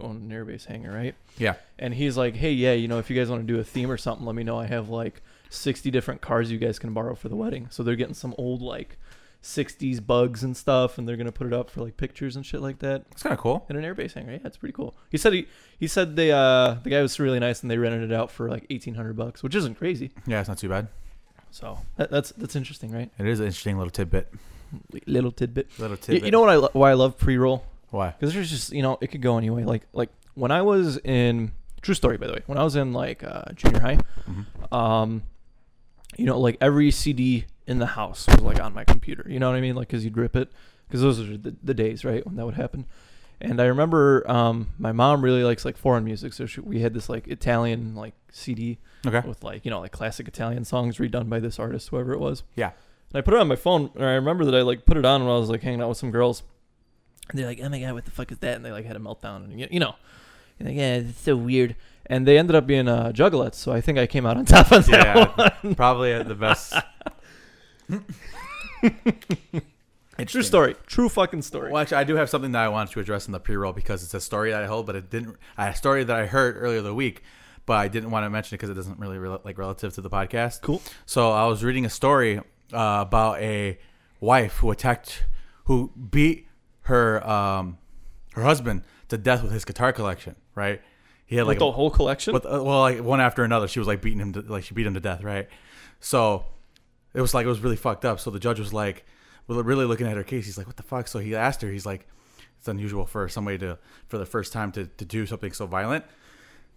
an airbase hangar, right? Yeah. And he's like, hey, yeah, you know, if you guys want to do a theme or something, let me know. I have like 60 different cars you guys can borrow for the wedding. So they're getting some old like 60s bugs and stuff, and they're gonna put it up for like pictures and shit like that It's kind of cool. in an airbase hangar. Yeah, it's pretty cool. He said he he said they uh the guy was really nice and they rented it out for like 1800 bucks, which isn't crazy. Yeah, it's not too bad. So that, that's that's interesting, right? It is an interesting little tidbit. Little tidbit. Little You, tidbit. you know what I lo- why I love pre roll why? because there's just you know it could go anyway. Like like when I was in true story by the way, when I was in like uh, junior high, Mm-hmm. um, you know like every CD in the house was like on my computer. You know what I mean? Like because you'd rip it because those are the, the days right when that would happen. And I remember um, my mom really likes like foreign music, so she, we had this like Italian like CD Okay. with like you know like classic Italian songs redone by this artist, whoever it was. Yeah. And I put it on my phone, and I remember that I like put it on when I was like hanging out with some girls. And they're like, "Oh my god, what the fuck is that?" And they like had a meltdown, and you you know, and like, yeah, it's so weird. And they ended up being uh, juggalettes, so I think I came out on top on that one. Yeah. probably the best. True story, true fucking story. Well, actually, I do have something that I wanted to address in the pre-roll because it's a story that I hold, but it didn't. A story that I heard earlier the week, but I didn't want to mention it because it doesn't really rel like relative to the podcast. Cool. So I was reading a story uh, about a wife who attacked, who beat her um, her husband to death with his guitar collection. Right? He had like With the whole collection. but uh, well, like one after another, she was like beating him, to, like she beat him to death, right? So it was like it was really fucked up. So the judge was like, well, really looking at her case, he's like, what the fuck? So he asked her, he's like, it's unusual for somebody to, for the first time to, to do something so violent.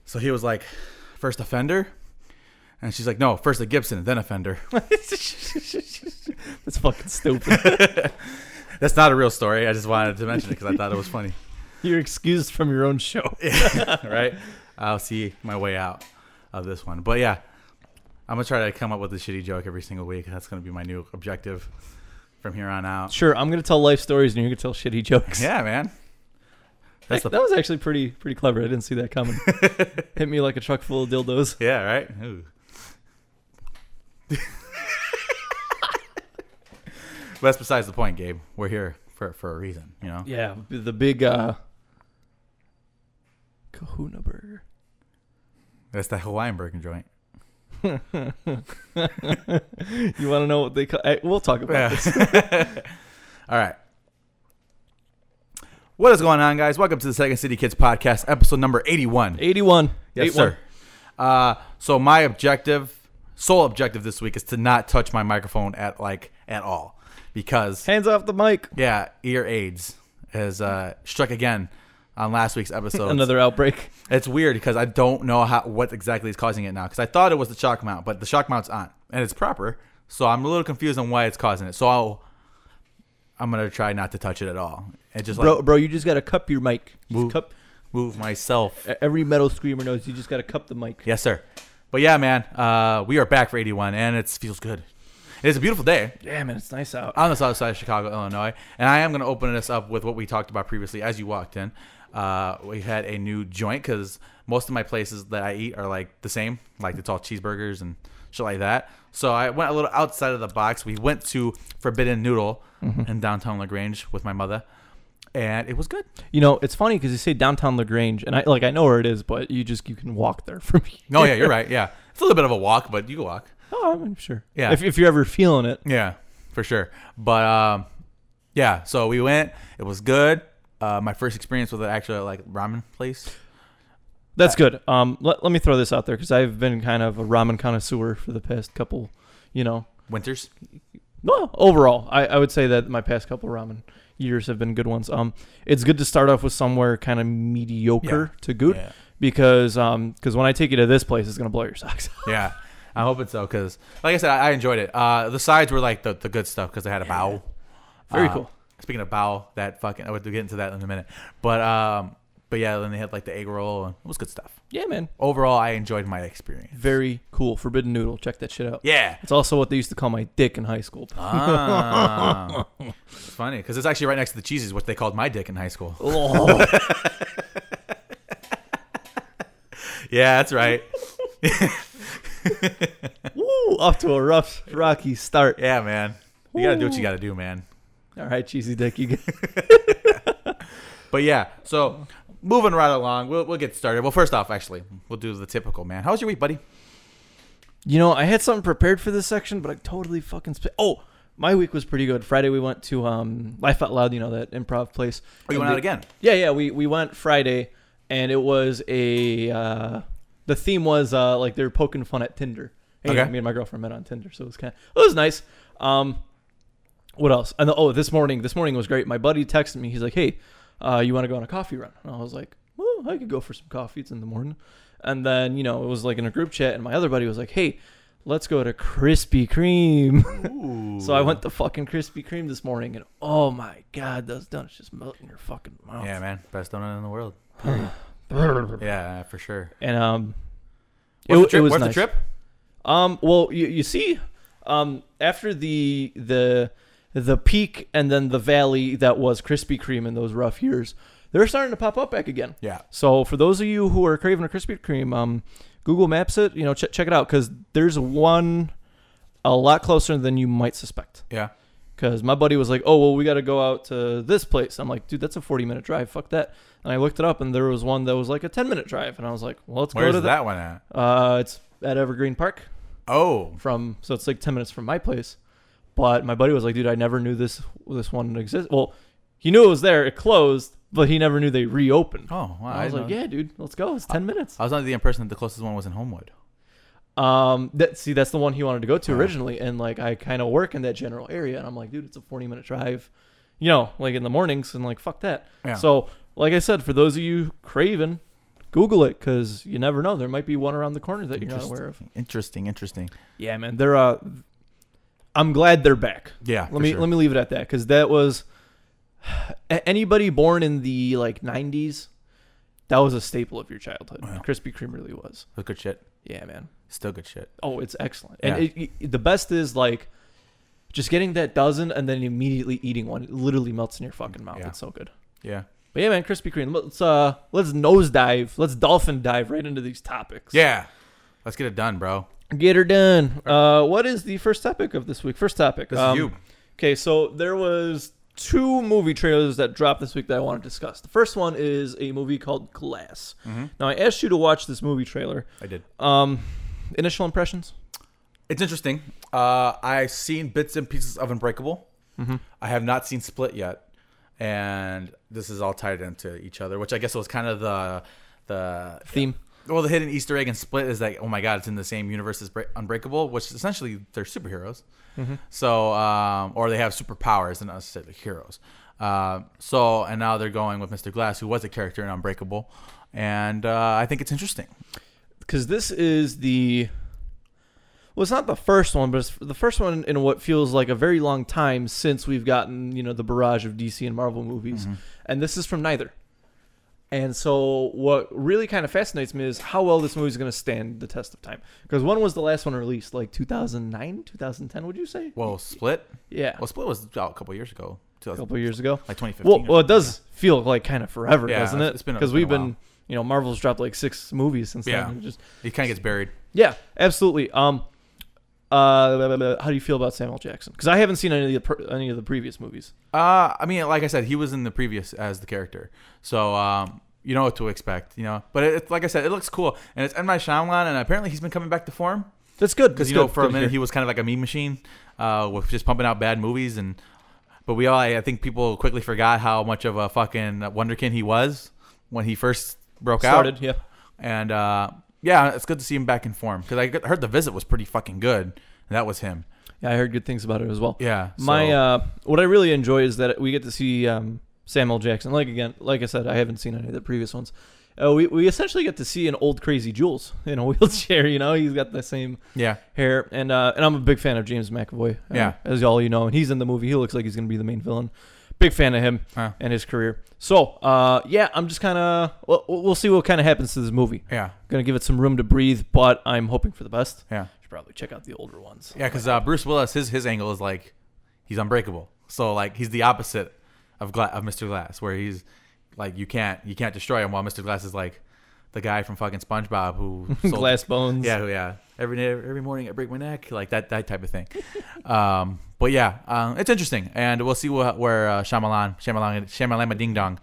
So he was like, first offender, and she's like, no, first a Gibson, then offender. That's fucking stupid. That's not a real story. I just wanted to mention it because I thought it was funny, You're excused from your own show. right? I'll see my way out of this one, but yeah. I'm gonna try to come up with a shitty joke every single week. That's gonna be my new objective from here on out. Sure, I'm gonna tell life stories, and you're gonna tell shitty jokes. Yeah, man. That's the that was actually pretty pretty clever. I didn't see that coming. Hit me like a truck full of dildos. yeah, right. Ooh. but that's besides the point, Gabe. We're here for for a reason, you know. Yeah, b- the big uh Kahuna burger. That's the Hawaiian burger joint. You want to know what they call? I, we'll talk about Yeah. this. All right. What is going on, guys? Welcome to the Second City Kids Podcast, episode number eighty-one. Eighty-one. Yes, 81. sir. Uh, so my objective, sole objective this week, is to not touch my microphone at like at all, because Hands off the mic. Yeah, ear AIDS has uh, struck again on last week's episode. Another outbreak. It's weird because I don't know how what exactly is causing it now. Because I thought it was the shock mount, but the shock mount's on and it's proper, so I'm a little confused on why it's causing it. So I'll, I'm gonna try not to touch it at all and just like bro, bro, you just gotta cup your mic. Just Woo. cup. move myself. e- Every metal screamer knows you just gotta cup the mic. Yes, sir. But yeah, man, uh, we are back for 81, and it feels good. It's a beautiful day. Yeah, man, it's nice out. on the south side of Chicago, Illinois. And I am going to open this up with what we talked about previously as you walked in. Uh, we had a new joint because most of my places that I eat are like the same, like it's all cheeseburgers and shit like that. So I went a little outside of the box. We went to Forbidden Noodle in downtown LaGrange with my mother, and it was good. You know, it's funny because you say downtown Lagrange, and I like I know where it is, but you just you can walk there from here. No, Oh, yeah, you're right. Yeah. It's a little bit of a walk, but you can walk. Oh, I'm sure. Yeah. If, if you're ever feeling it, Yeah, for sure. But um, yeah, so we went. It was good. Uh, my first experience with an actual like ramen place. That's good. Um, let, let me throw this out there because I've been kind of a ramen connoisseur for the past couple, you know. Winters. No, overall, I, I would say that my past couple ramen years have been good ones. Um, it's good to start off with somewhere kind of mediocre to good Yeah. because um, because when I take you to this place, it's gonna blow your socks. off. Yeah. I'm hoping so because, like I said, I, I enjoyed it. Uh, the sides were like the, the good stuff because they had a bowl. Very Uh, cool. Speaking of bowl, that fucking I would get into that in a minute. But um, but yeah, then they had like the egg roll and it was good stuff. Yeah, man. Overall, I enjoyed my experience. Very cool. Forbidden noodle. Check that shit out. Yeah. It's also what they used to call my dick in high school. Ah. it's funny because it's actually right next to the cheeses, which they called my dick in high school. Oh, Yeah, that's right. woo, off to a rough, rocky start. Yeah, man. You gotta do what you gotta do, man. All right, cheesy dick, you get But yeah, so moving right along, we'll, we'll get started. Well, first off, actually, we'll do the typical, man. How was your week, buddy? You know, I had something prepared for this section, but I totally fucking spit. Oh, my week was pretty good. Friday we went to um, Life Out Loud, you know that improv place. Oh, you And went we- out again. Yeah, yeah. We we went Friday, and it was a uh, the theme was uh, like they were poking fun at Tinder. And, you know, Okay. me and my girlfriend met on Tinder, so it was kind of it was nice. Um, what else? And oh, this morning, this morning was great. My buddy texted me. He's like, "Hey, uh, you want to go on a coffee run?" And I was like, "Well, I could go for some coffee. It's in the morning." And then you know it was like in a group chat, and my other buddy was like, "Hey, let's go to Krispy Kreme." Ooh. so I went to fucking Krispy Kreme this morning, and oh my god, those donuts just melt in your fucking mouth. Yeah, man, best donut in the world. and Yeah, for sure. um, Worth it, the trip? it was Worth nice. the trip? Um, well, you, you see, um, after the the the peak and then the valley that was Krispy Kreme in those rough years, they're starting to pop up back again. Yeah. So for those of you who are craving a Krispy Kreme, um, Google Maps it. You know, ch- check it out because there's one a lot closer than you might suspect. Yeah. Because my buddy was like, "Oh well, we got to go out to this place." I'm like, "Dude, that's a 40 minute drive. Fuck that." And I looked it up, and there was one that was like a 10 minute drive, and I was like, "Well, let's go Where's to that that." one at? Uh, it's at Evergreen Park Oh, from, so it's like 10 minutes from my place. But my buddy was like, "Dude, I never knew this this one existed." Well, he knew it was there. It closed, but he never knew they reopened. oh, wow. And I was like, yeah. "Yeah, dude, let's go. It's 10 minutes." I was under the impression that the closest one was in Homewood. Um, that see, that's the one he wanted to go to originally, and like I kind of work in that general area, and I'm like, dude, it's a 40 minute drive, you know, like in the mornings, and like fuck that. Yeah. So, like I said, for those of you craving, Google it because you never know, there might be one around the corner that you're not aware of. Interesting, interesting. Yeah, man, they're uh, I'm glad they're back. Yeah. Let me let me leave it at that because that was a- anybody born in the like 90s, that was a staple of your childhood. Wow. Krispy Kreme really was. That's good shit. Yeah, man. Still good shit. Oh, it's excellent. Yeah. And it, it- the best is like just getting that dozen and then immediately eating one. It literally melts in your fucking mouth. Yeah. It's so good. Yeah. But yeah, man, Krispy Kreme. Let's uh, let's nosedive. Let's dolphin dive right into these topics. Yeah. Let's get it done, bro. get her done. Uh, what is the first topic of this week? First topic. This um, is you. Okay, so there was two movie trailers that dropped this week that I want to discuss. The first one is a movie called Glass. Mm-hmm. Now I asked you to watch this movie trailer. I did. Um, initial impressions. It's interesting. Uh, I've seen bits and pieces of Unbreakable. I have not seen Split yet, and this is all tied into each other, which I guess was kind of the the Theme. well, the hidden Easter egg in Split is like, oh my god, it's in the same universe as Bre- Unbreakable, which essentially they're superheroes. So, um, or they have superpowers and not necessarily heroes. Um so, and now they're going with Mr. Glass, who was a character in Unbreakable, and uh, I think it's interesting. because this is the well, it's not the first one, but it's the first one in what feels like a very long time since we've gotten you know the barrage of DC and Marvel movies, Mm-hmm. and this is from neither. And so, what really kind of fascinates me is how well this movie is going to stand the test of time. Because when was the last one released? Like 2009, 2010? Would you say? Well, Split, yeah, well, Split was out a couple years ago, a 2000, couple years ago. like 2015. Well, well, it does feel like kind of forever, Yeah, doesn't it's- it? it's been a- because it's been we've a been, while. you know, Marvel's dropped like six movies since Yeah. then. It Just He kind of gets buried. Yeah, absolutely. Um, uh, blah, blah, blah. how do you feel about Samuel Jackson? Because I haven't seen any of the pr- any of the previous movies. Uh, I mean, like I said, he was in the previous as the character, so um, you know what to expect, you know. But it, it- like I said, it looks cool, and it's M Night Shyamalan, and apparently he's been coming back to form That's good because that's you know good, for good a to minute he hear. was kind of like a meme machine, uh, with just pumping out bad movies, and but we all, I think, people quickly forgot how much of a fucking wonderkin he was when he first broke started. out, Yeah, and uh, yeah, it's good to see him back in form because I heard the visit was pretty fucking good. And that was him. yeah, I heard good things about it as well. Yeah. so- My uh, what I really enjoy is that we get to see um, Samuel Jackson. Like again, like I said, I haven't seen any of the previous ones. Uh, we we essentially get to see an old crazy Jules in a wheelchair. You know, he's got the same yeah. hair, and uh, and I'm a big fan of James McAvoy. uh, Yeah. as all you know, and he's in the movie. He looks like he's gonna be the main villain. Big fan of him. Uh, and his career. So, uh, yeah, I'm just kind of we'll, we'll see what kind of happens to this movie. yeah. Gonna give it some room to breathe, but I'm hoping for the best. Yeah. Should probably check out the older ones. Yeah, because uh, Bruce Willis, his his angle is like he's unbreakable. So like he's the opposite of Gla- of Mr. Glass, where he's like you can't you can't destroy him, while Mr. Glass is like the guy from fucking SpongeBob who sold, Glass Bones. Yeah, who- yeah. Every day, every morning I break my neck, like that that type of thing. um, but yeah, um, it's interesting, and we'll see what, where uh, Shyamalan Shyamalan Shyamalan Ding Dong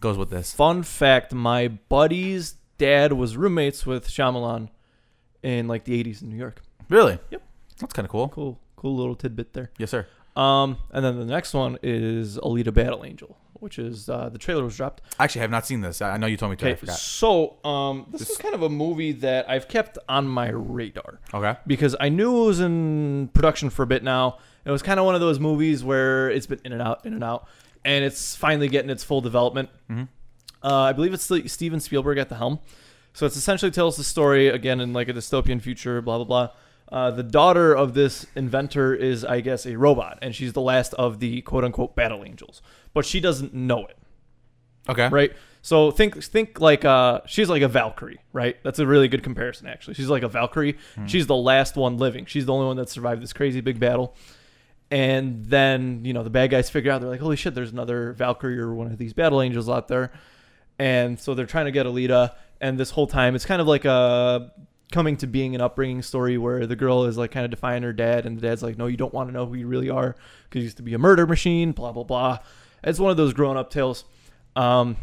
goes with this. Fun fact: My buddy's dad was roommates with Shyamalan in like the '80s in New York. Really? Yep. That's kind of cool. Cool, cool little tidbit there. Yes, sir. Um, and then the next one is Alita: Battle Angel, which is uh, the trailer was dropped. I actually have not seen this. I I know you told me to. I Okay, forgot. so um, this is kind of a movie that I've kept on my radar Okay. because I knew it was in production for a bit now. It was kind of one of those movies where it's been in and out, in and out, and it's finally getting its full development. Mm-hmm. Uh, I believe it's the- Steven Spielberg at the helm. So it's essentially tells the story again in like a dystopian future, blah blah blah. Uh, the daughter of this inventor is, I guess, a robot, and she's the last of the quote unquote battle angels, but she doesn't know it Okay. right? So think think like uh she's like a Valkyrie, right? That's a really good comparison actually. She's like a Valkyrie. She's the last one living. She's the only one that survived this crazy big battle. And then, you know, the bad guys figure out they're like, "Holy shit, there's another Valkyrie or one of these battle angels out there." And so they're trying to get Alita and this whole time it's kind of like a coming to being and upbringing story where the girl is like kind of defying her dad and the dad's like, "No, you don't want to know who you really are because you used to be a murder machine, blah blah blah." It's one of those grown-up tales. Um,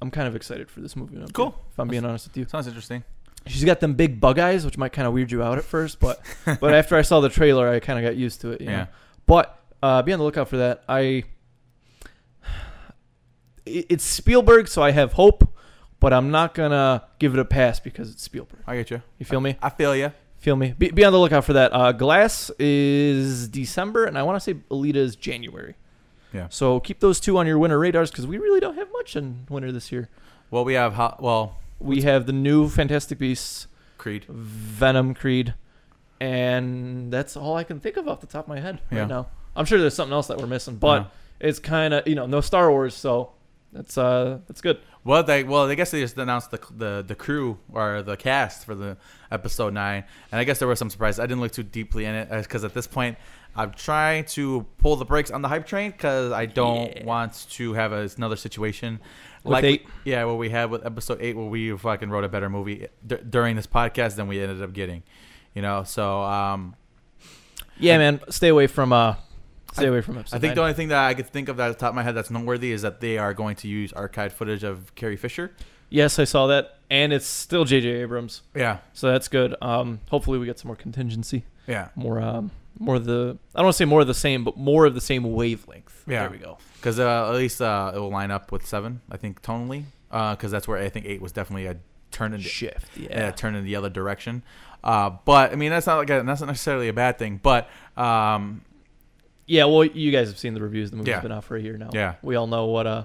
I'm kind of excited for this movie. if I'm Cool. being- If I'm being honest with you, Sounds interesting. she's got them big bug eyes, which might kind of weird you out at first, but but after I saw the trailer, I kind of got used to it. You Yeah. Know? But uh, be on the lookout for that. I it- it's Spielberg, so I have hope, but I'm not gonna give it a pass because it's Spielberg. I get you. You feel me? I feel you. Feel me? Be, be on the lookout for that. Uh, Glass is December, and I want to say Alita is January. Yeah. So keep those two on your winter radars because we really don't have much in winter this year. Well, we have ho- well We have the new Fantastic Beasts, Creed. Venom, Creed, and that's all I can think of off the top of my head Yeah. right now. I'm sure there's something else that we're missing, but Yeah. it's kind of you know no Star Wars, so that's uh that's good. Well, they well I guess they just announced the the the crew or the cast for the episode nine, and I guess there were some surprises. I didn't look too deeply in it because at this point I'm trying to pull the brakes on the hype train because I don't Yeah. want to have a, another situation With eight. yeah what we had with episode eight where we fucking wrote a better movie eh, d- during this podcast than we ended up getting, you know. So um, Yeah, man, stay away from uh stay away from episode. I think the nine. only thing that I could think of that at the top of my head that's noteworthy is that they are going to use archived footage of Carrie Fisher. yes, I saw that, and it's still J.J. Abrams, Yeah, so that's good. Um, hopefully we get some more contingency, yeah. more um more of the I don't want to say more of the same, but more of the same wavelength. Yeah. there we go. Because uh, at least uh, it will line up with seven, I think, tonally. Because that's where I think eight was definitely a turn in the, Shift, yeah. turn in the other direction. Uh, but I mean, that's not like a, that's not necessarily a bad thing. But um, Yeah, well, you guys have seen the reviews. The movie's Yeah. been out for a year now. Yeah. we all know what. Uh,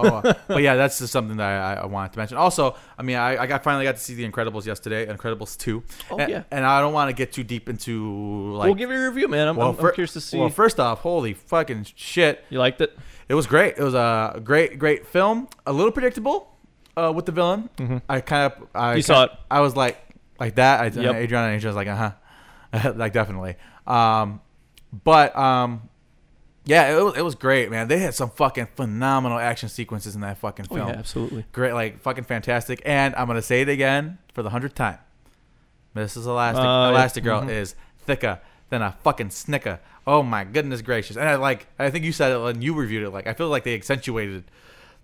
uh, but yeah, that's just something that I, I- I wanted to mention. Also, I mean, I, I got finally got to see The Incredibles yesterday, Incredibles two. Oh, and, yeah. And I don't want to get too deep into like. we'll give you a review, man. I'm, well, I'm, I'm fir- curious to see. Well, first off, holy fucking shit! you liked it? It was great. It was a great, great film. A little predictable uh, with the villain. I kind of, I Mm-hmm. You kinda- saw it. I was like, like that. I, Yep. Adriana and Adriana was like, uh huh, like definitely. Um, but um, yeah, it was, it was great, man. They had some fucking phenomenal action sequences in that fucking Oh, film. yeah, absolutely. Great, like fucking fantastic. And I'm gonna say it again for the hundredth time. Mrs. Elastic, Uh, Elastic Girl mhm. is thicker than a fucking snicker. Oh my goodness gracious! And I like, I think you said it when you reviewed it. Like, I feel like they accentuated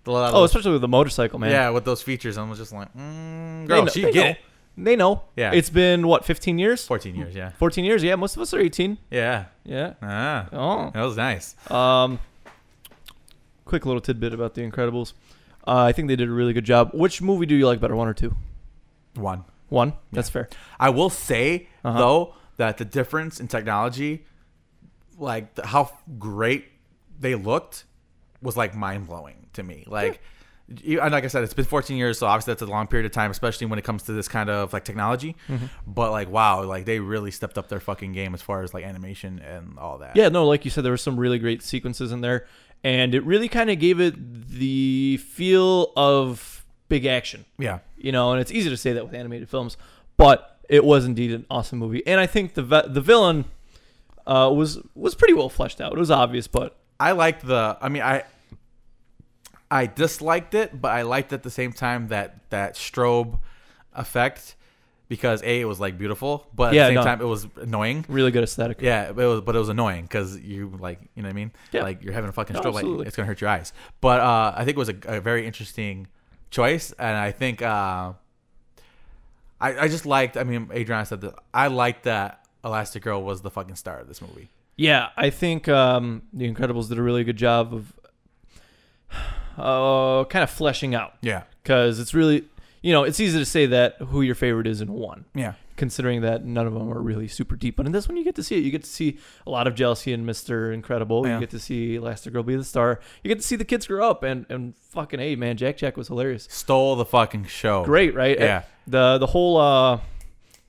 the lot of Oh, those- especially with the motorcycle, man. yeah, with those features. I was just like, mm, They girl, know- she they get know. it. They know. Yeah. It's been what 15 years? Fourteen years, yeah, 14 years. Yeah, most of us are 18. yeah, Yeah. ah, Oh. that was nice. Um. Quick little tidbit about The Incredibles. Uh, I think they did a really good job. Which movie do you like better, one or two? One, One. That's fair. I will say Uh-huh. though that the difference in technology, like the, how great they looked, was like mind blowing to me. Like, you, and like I said, it's been 14 years, so obviously that's a long period of time, especially when it comes to this kind of like technology. Mm-hmm. But like, wow, like they really stepped up their fucking game as far as like animation and all that. Yeah, no, like you said, there were some really great sequences in there, and it really kind of gave it the feel of big action, yeah, you know. And it's easy to say that with animated films, but it was indeed an awesome movie. And I think the vi- the villain uh, was was pretty well fleshed out. It was obvious, but I liked the. I mean, I I disliked it, but I liked at the same time that that strobe effect because a it was like beautiful, but at Yeah, the same no. time it was annoying. Really good aesthetic. Yeah, it was, but it was annoying because you like, you know what I mean? Yeah. Like you're having a fucking No, strobe, like absolutely. it's gonna hurt your eyes. But uh, I think it was a, a very interesting choice, and I think uh, I I just liked. I mean, Adriana said that I liked that Elastigirl was the fucking star of this movie. Yeah, I think um, The Incredibles did a really good job of uh, kind of fleshing out Yeah, because it's really, you know, it's easy to say that who your favorite is in one, yeah, considering that none of them are really super deep. But in this one, you get to see it. You get to see a lot of jealousy in Mr. Incredible. Yeah. You get to see Elastigirl be the star. You get to see the kids grow up and, and fucking, hey, man, Jack Jack was hilarious. stole the fucking show. Great, right? Yeah. The, the whole, uh,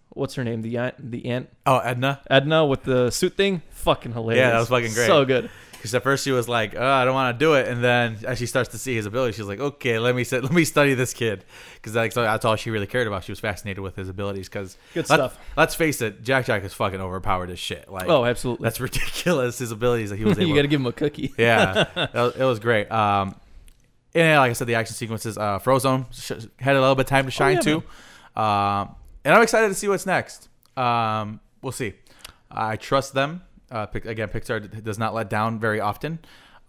what's her name? The aunt, the aunt Oh, Edna. Edna with the suit thing? Fucking hilarious. Yeah, that was fucking great. So good. Because at first she was like, "Oh, I don't want to do it," and then as she starts to see his ability, she's like, "Okay, let me sit, let me study this kid," because like so that's all she really cared about. She was fascinated with his abilities. Because Good stuff. Let's face it, Jack Jack is fucking overpowered as shit. Like, Oh, absolutely. that's ridiculous. His abilities that he was able. you got to give him a cookie. yeah, that was- it was great. Um, and yeah, like I said, the action sequences, uh, Frozone sh- had a little bit of time to shine Oh, yeah, too. Um, and I'm excited to see what's next. Um, we'll see. I trust them. Uh, Pic- again, Pixar d- does not let down very often.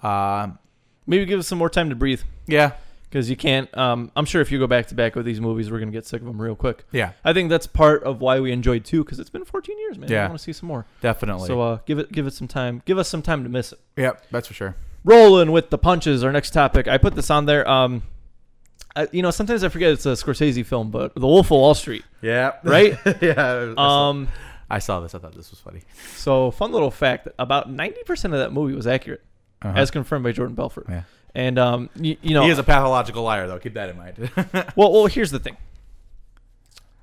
Um, Maybe give us some more time to breathe yeah, because you can't. Um, I'm sure if you go back to back with these movies, we're gonna get sick of them real quick. yeah, I think that's part of why we enjoyed two because it's been 14 years, man. Yeah. I want to see some more. definitely. So uh, give it give it some time. Give us some time to miss it. yeah, that's for sure. Rolling with the punches. Our next topic. I put this on there. Um, I, you know, sometimes I forget it's a Scorsese film, but The Wolf of Wall Street, Yeah, right? yeah. I saw- um, I saw this. I thought this was funny. so fun little fact: about 90% of that movie was accurate, Uh-huh. as confirmed by Jordan Belfort. Yeah. And um, you, you know, he is a pathological liar, though. Keep that in mind. Well, well, here's the thing.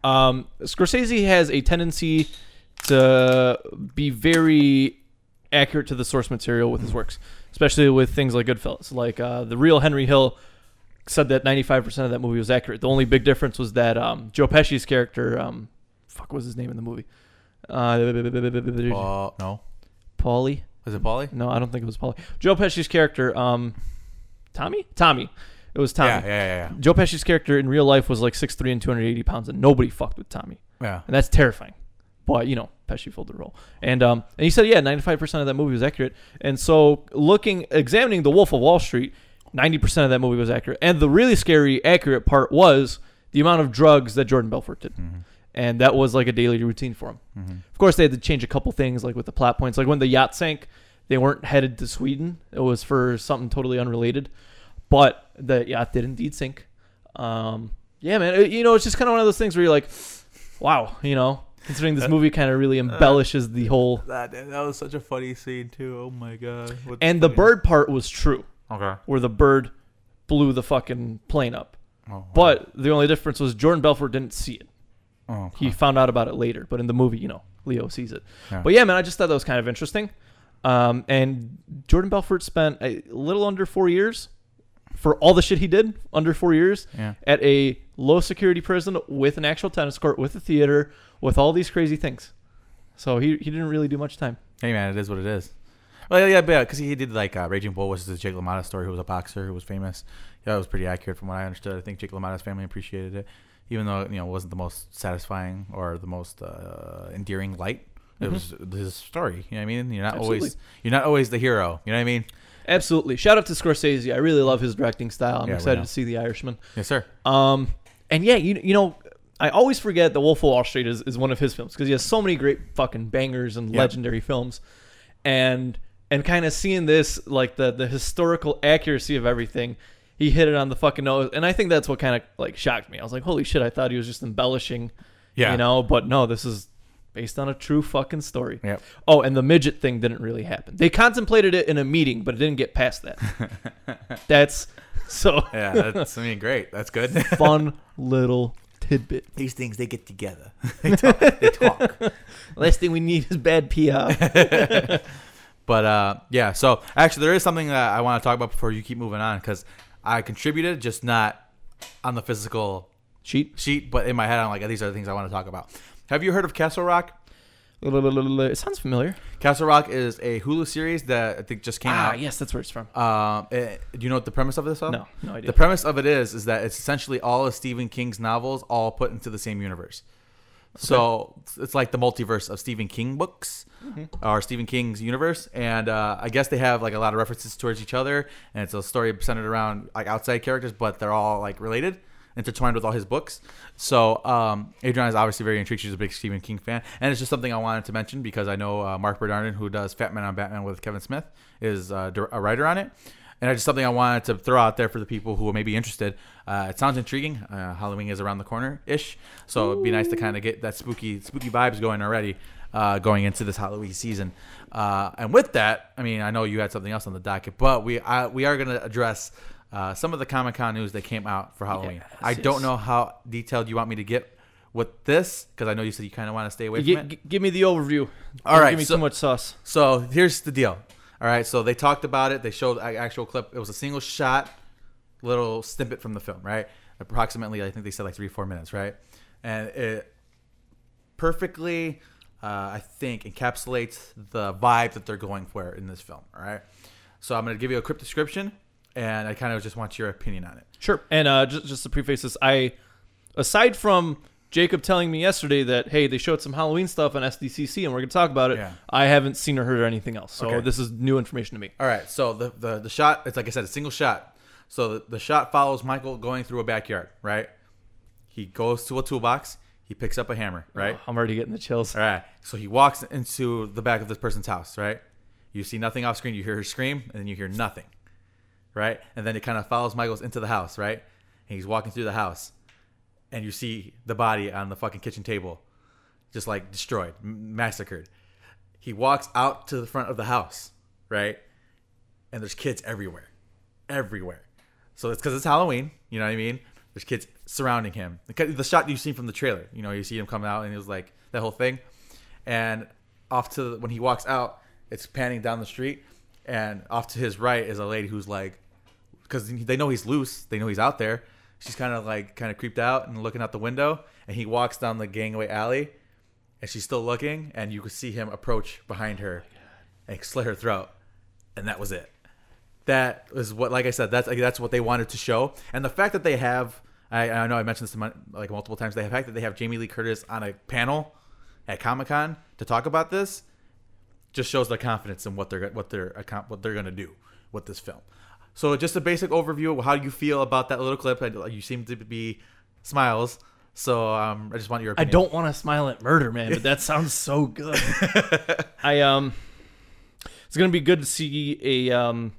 Um, Scorsese has a tendency to be very accurate to the source material with his works, especially with things like Goodfellas. Like uh, the real Henry Hill said that 95% of that movie was accurate. The only big difference was that um, Joe Pesci's character, um, fuck, what was his name in the movie? Uh, Paul, no, Paulie? is it Paulie? No, I don't think it was Paulie. Joe Pesci's character, um, Tommy? Tommy. It was Tommy. Yeah, yeah, yeah, yeah. Joe Pesci's character in real life was like 6'3 and 280 pounds, and nobody fucked with Tommy. yeah. And that's terrifying. But, you know, Pesci filled the role. And, um, and he said, yeah, 95% of that movie was accurate. And so, looking, examining The Wolf of Wall Street, 90% of that movie was accurate. And the really scary, accurate part was the amount of drugs that Jordan Belfort did. Mm-hmm. And that was like a daily routine for him. Of course, they had to change a couple things, like with the plot points. Like when the yacht sank, they weren't headed to Sweden, it was for something totally unrelated. But the yacht did indeed sink. Um, yeah, man. it- you know, it's just kind of one of those things where you're like, wow, you know, considering this movie kind of really embellishes the whole. That that was such a funny scene too. Oh my god. What And the fucking- bird part was true, Okay. where the bird blew the fucking plane up. Oh, But the only difference was Jordan Belfort didn't see it. oh, He found out about it later, but in the movie, you know, Leo sees it. Yeah. But yeah, man, I just thought that was kind of interesting. Um, and Jordan Belfort spent a little under four years for all the shit he did, under four years, Yeah. at a low security prison with an actual tennis court, with a theater, with all these crazy things. So he, he didn't really do much time. hey man, it is what it is. Well, Oh, yeah, yeah, because he did like uh, Raging Bull, which is the Jake LaMotta story, who was a boxer who was famous. Yeah, it was pretty accurate from what I understood. I think Jake LaMotta's family appreciated it, even though you know it wasn't the most satisfying or the most uh, endearing light. It was his story. You know what I mean? You're not always Absolutely. you're not always the hero. You know what I mean? Absolutely. Shout out to Scorsese. I really love his directing style. I'm Yeah, we excited know. to see The Irishman. Yes, sir. Um, and yeah, you you know, I always forget that Wolf of Wall Street is, is one of his films because he has so many great fucking bangers and Yeah. legendary films, and and kind of seeing this like the the historical accuracy of everything, he hit it on the fucking nose, and I think that's what kind of like shocked me. I was like, holy shit, I thought he was just embellishing, Yeah. you know, but no, this is based on a true fucking story. Yep. Oh, and the midget thing didn't really happen. They contemplated it in a meeting, but it didn't get past that. that's so Yeah, that's I mean, great. That's good. fun little tidbit. These things they get together. they talk. They talk. Last thing we need is bad PR. But uh, yeah, so actually, there is something that I want to talk about before you keep moving on because I contributed, just not on the physical Cheat. sheet, but in my head, I'm like, these are the things I want to talk about. Have you heard of Castle Rock? It sounds familiar. Castle Rock is a Hulu series that I think just came Ah, out. yes, that's where it's from. Oh. Um, eh, do you know what the premise of this? Is? No, no idea. The premise of it is is that it's essentially all of Stephen King's novels all put into the same universe. So it's- it's like the multiverse of Stephen King books Mm-hmm. or Stephen King's universe, and uh, I guess they have like a lot of references towards each other, and it's a story centered around like outside characters, but they're all like related, intertwined with all his books. So um, Adriana is obviously very intrigued; she's a big Stephen King fan, and it's just something I wanted to mention because I know uh, Mark Bernardin, who does Fat Man on Batman with Kevin Smith, is uh, dir- a writer on it. And it's just something I wanted to throw out there for the people who may be interested. Uh, it sounds intriguing. Uh, Halloween is around the corner ish, so it'd be nice to kind of get that spooky spooky vibes going already, uh, going into this Halloween season. Uh, and with that, I mean, I know you had something else on the docket, but we I, we are going to address uh, some of the Comic Con news that came out for Halloween. Yes, I yes. don't know how detailed you want me to get with this because I know you said you kind of want to stay away Gi- from it. gi- give me the overview. All Don't right, Give me so- too much sauce. So here's the deal. All right, so they talked about it. They showed an actual clip. It was a single shot, little snippet from the film, right? Approximately, I think they said like three, four minutes, right? And it perfectly, uh, I think, encapsulates the vibe that they're going for in this film, all right? So I'm going to give you a quick description, and I kind of just want your opinion on it. Sure. And uh, just just to preface this, I aside from Jacob telling me yesterday that hey, they showed some Halloween stuff on SDCC and we're gonna talk about it. Yeah. I haven't seen or heard anything else, so Okay. this is new information to me. All right, so the, the, the shot, it's like I said, a single shot. So the, the shot follows Michael going through a backyard, right? He goes to a toolbox, he picks up a hammer, right? I'm already getting the chills. All right. So he walks into the back of this person's house, right? You see nothing off screen. You hear her scream, and then you hear nothing, right? And then it kind of follows Michaels into the house, right? And he's walking through the house, and you see the body on the fucking kitchen table, just like destroyed, m- massacred. He walks out to the front of the house, right? And there's kids everywhere, everywhere. So it's because it's Halloween. You know what I mean? There's kids surrounding him. The ki- The shot you've seen from the trailer, you know, you see him come out and it was like that whole thing. And off to the, when he walks out, it's panning down the street, and off to his right is a lady who's like, because they know he's loose, they know he's out there. She's kind of like kind of creeped out and looking out the window, and he walks down the gangway alley, and she's still looking, and you can see him approach behind her, and slit her throat, and that was it that is what like i said that's like, that's what they wanted to show and the fact that they have i, I know i mentioned this to my, like multiple times the fact that they have jamie lee curtis on a panel at comic-con to talk about this just shows their confidence in what they're what they're account what they're gonna do with this film so just a basic overview of how you feel about that little clip I- you seem to be smiles so um, i just want your I opinion. don't want to smile at murder, man, but that sounds so good. I um, it's gonna be good to see a um,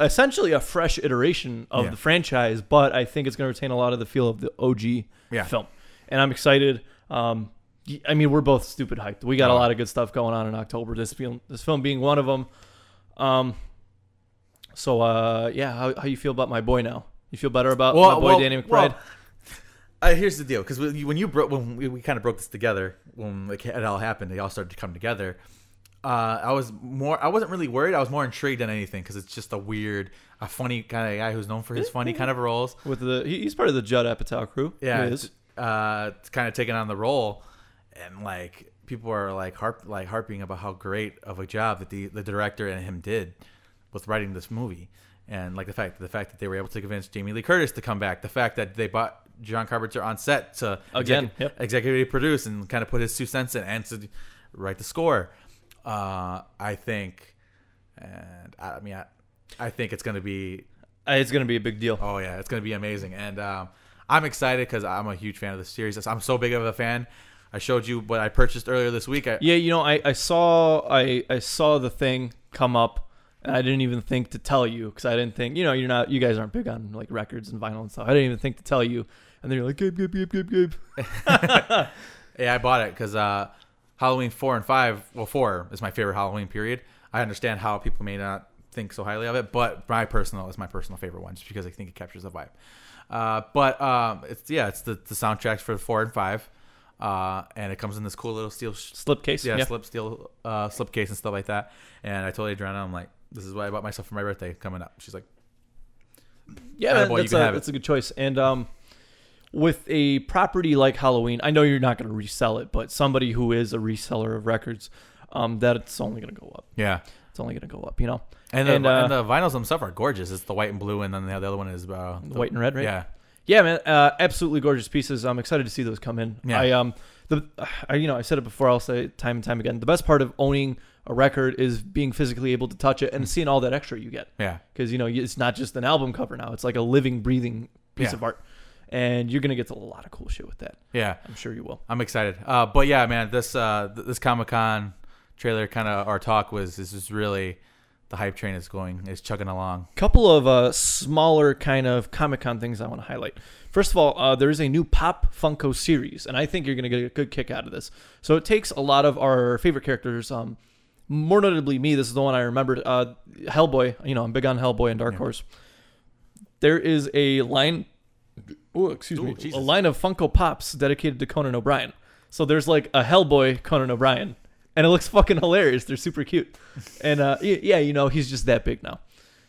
essentially a fresh iteration of Yeah. the franchise, but I think it's gonna retain a lot of the feel of the OG Yeah. film, and I'm excited. Um, y- I mean, we're both stupid hyped. We got a lot of good stuff going on in October. This film, this film being one of them. Um, so uh, yeah, how, how you feel about my boy now? You feel better about my boy Danny McBride? well, uh, here's the deal, because when you, when you broke, when we, we kind of broke this together, when it ca- it all happened, they all started to come together. Uh, I was more, I wasn't really worried. I was more intrigued than anything, because it's just a weird, a funny kind of guy who's known for his funny kind of roles. with the he- he's part of the Judd Apatow crew. Yeah, he is. uh, it's kind of taking on the role, and like people are like harp, like harping about how great of a job that the the director and him did with writing this movie, and like the fact the fact that they were able to convince Jamie Lee Curtis to come back, the fact that they bought. John Carpenter on set to Again, execu- yep. executive produce and kind of put his two cents in and to write the score. Uh, I think, and I, I mean, I, I think it's going to be Uh, It's gonna be a big deal. Oh yeah, it's gonna be amazing, and um, I'm excited because I'm a huge fan of the series. I'm so big of a fan. I showed you what I purchased earlier this week. I, Yeah, you know, I, I saw I, I saw the thing come up, and I didn't even think to tell you because I didn't think you know you're not you guys aren't big on like records and vinyl and stuff. I didn't even think to tell you, and then you're like Gabe, Gabe, Gabe, Gabe, Gabe. yeah, I bought it because uh, Halloween four and five. Well, four is my favorite Halloween period. I understand how people may not think so highly of it, but my personal is my personal favorite one, just because I think it captures the vibe. Uh, but um, it's yeah, it's the, the soundtracks for four and five, uh, and it comes in this cool little steel sh- Slipcase. yeah, slip steel uh, slipcase and stuff like that. And I told Adriana, I'm like, this is what I bought myself for my birthday coming up. She's like, Yeah, man, Attaboy, you that's, can a, have it. that's a good choice. And um, with a property like Halloween, I know you're not going to resell it, but somebody who is a reseller of records, um, that's only going to go up. yeah. It's only going to go up, you know. And the, And, and, uh, the vinyls themselves are gorgeous. It's the white and blue, and then the, the other one is uh, the, white and red, right? Yeah, Yeah, man, uh, absolutely gorgeous pieces. I'm excited to see those come in. Yeah. I um the I, you know I said it before. I'll say it time and time again. The best part of owning a record is being physically able to touch it Mm. and seeing all that extra you get. Yeah. Because you know you- it's not just an album cover now. It's like a living, breathing piece Yeah. of art, and you're gonna get to a lot of cool shit with that. Yeah. I'm sure you will. I'm excited. Uh, but yeah, man, this uh, th- this Comic Con trailer kind of our talk was this is really the hype train is going is chugging along. couple of uh, smaller kind of Comic Con things I want to highlight. First of all, uh, there is a new Pop Funko series, and I think you're going to get a good kick out of this. So it takes a lot of our favorite characters. Um, more notably, me. This is the one I remembered. Uh, Hellboy. You know, I'm big on Hellboy and Dark Horse. There is a line. Oh, excuse Ooh, me. Jesus. A line of Funko Pops dedicated to Conan O'Brien. So there's like a Hellboy Conan O'Brien, and it looks fucking hilarious. They're super cute, and uh, y- yeah, you know, he's just that big now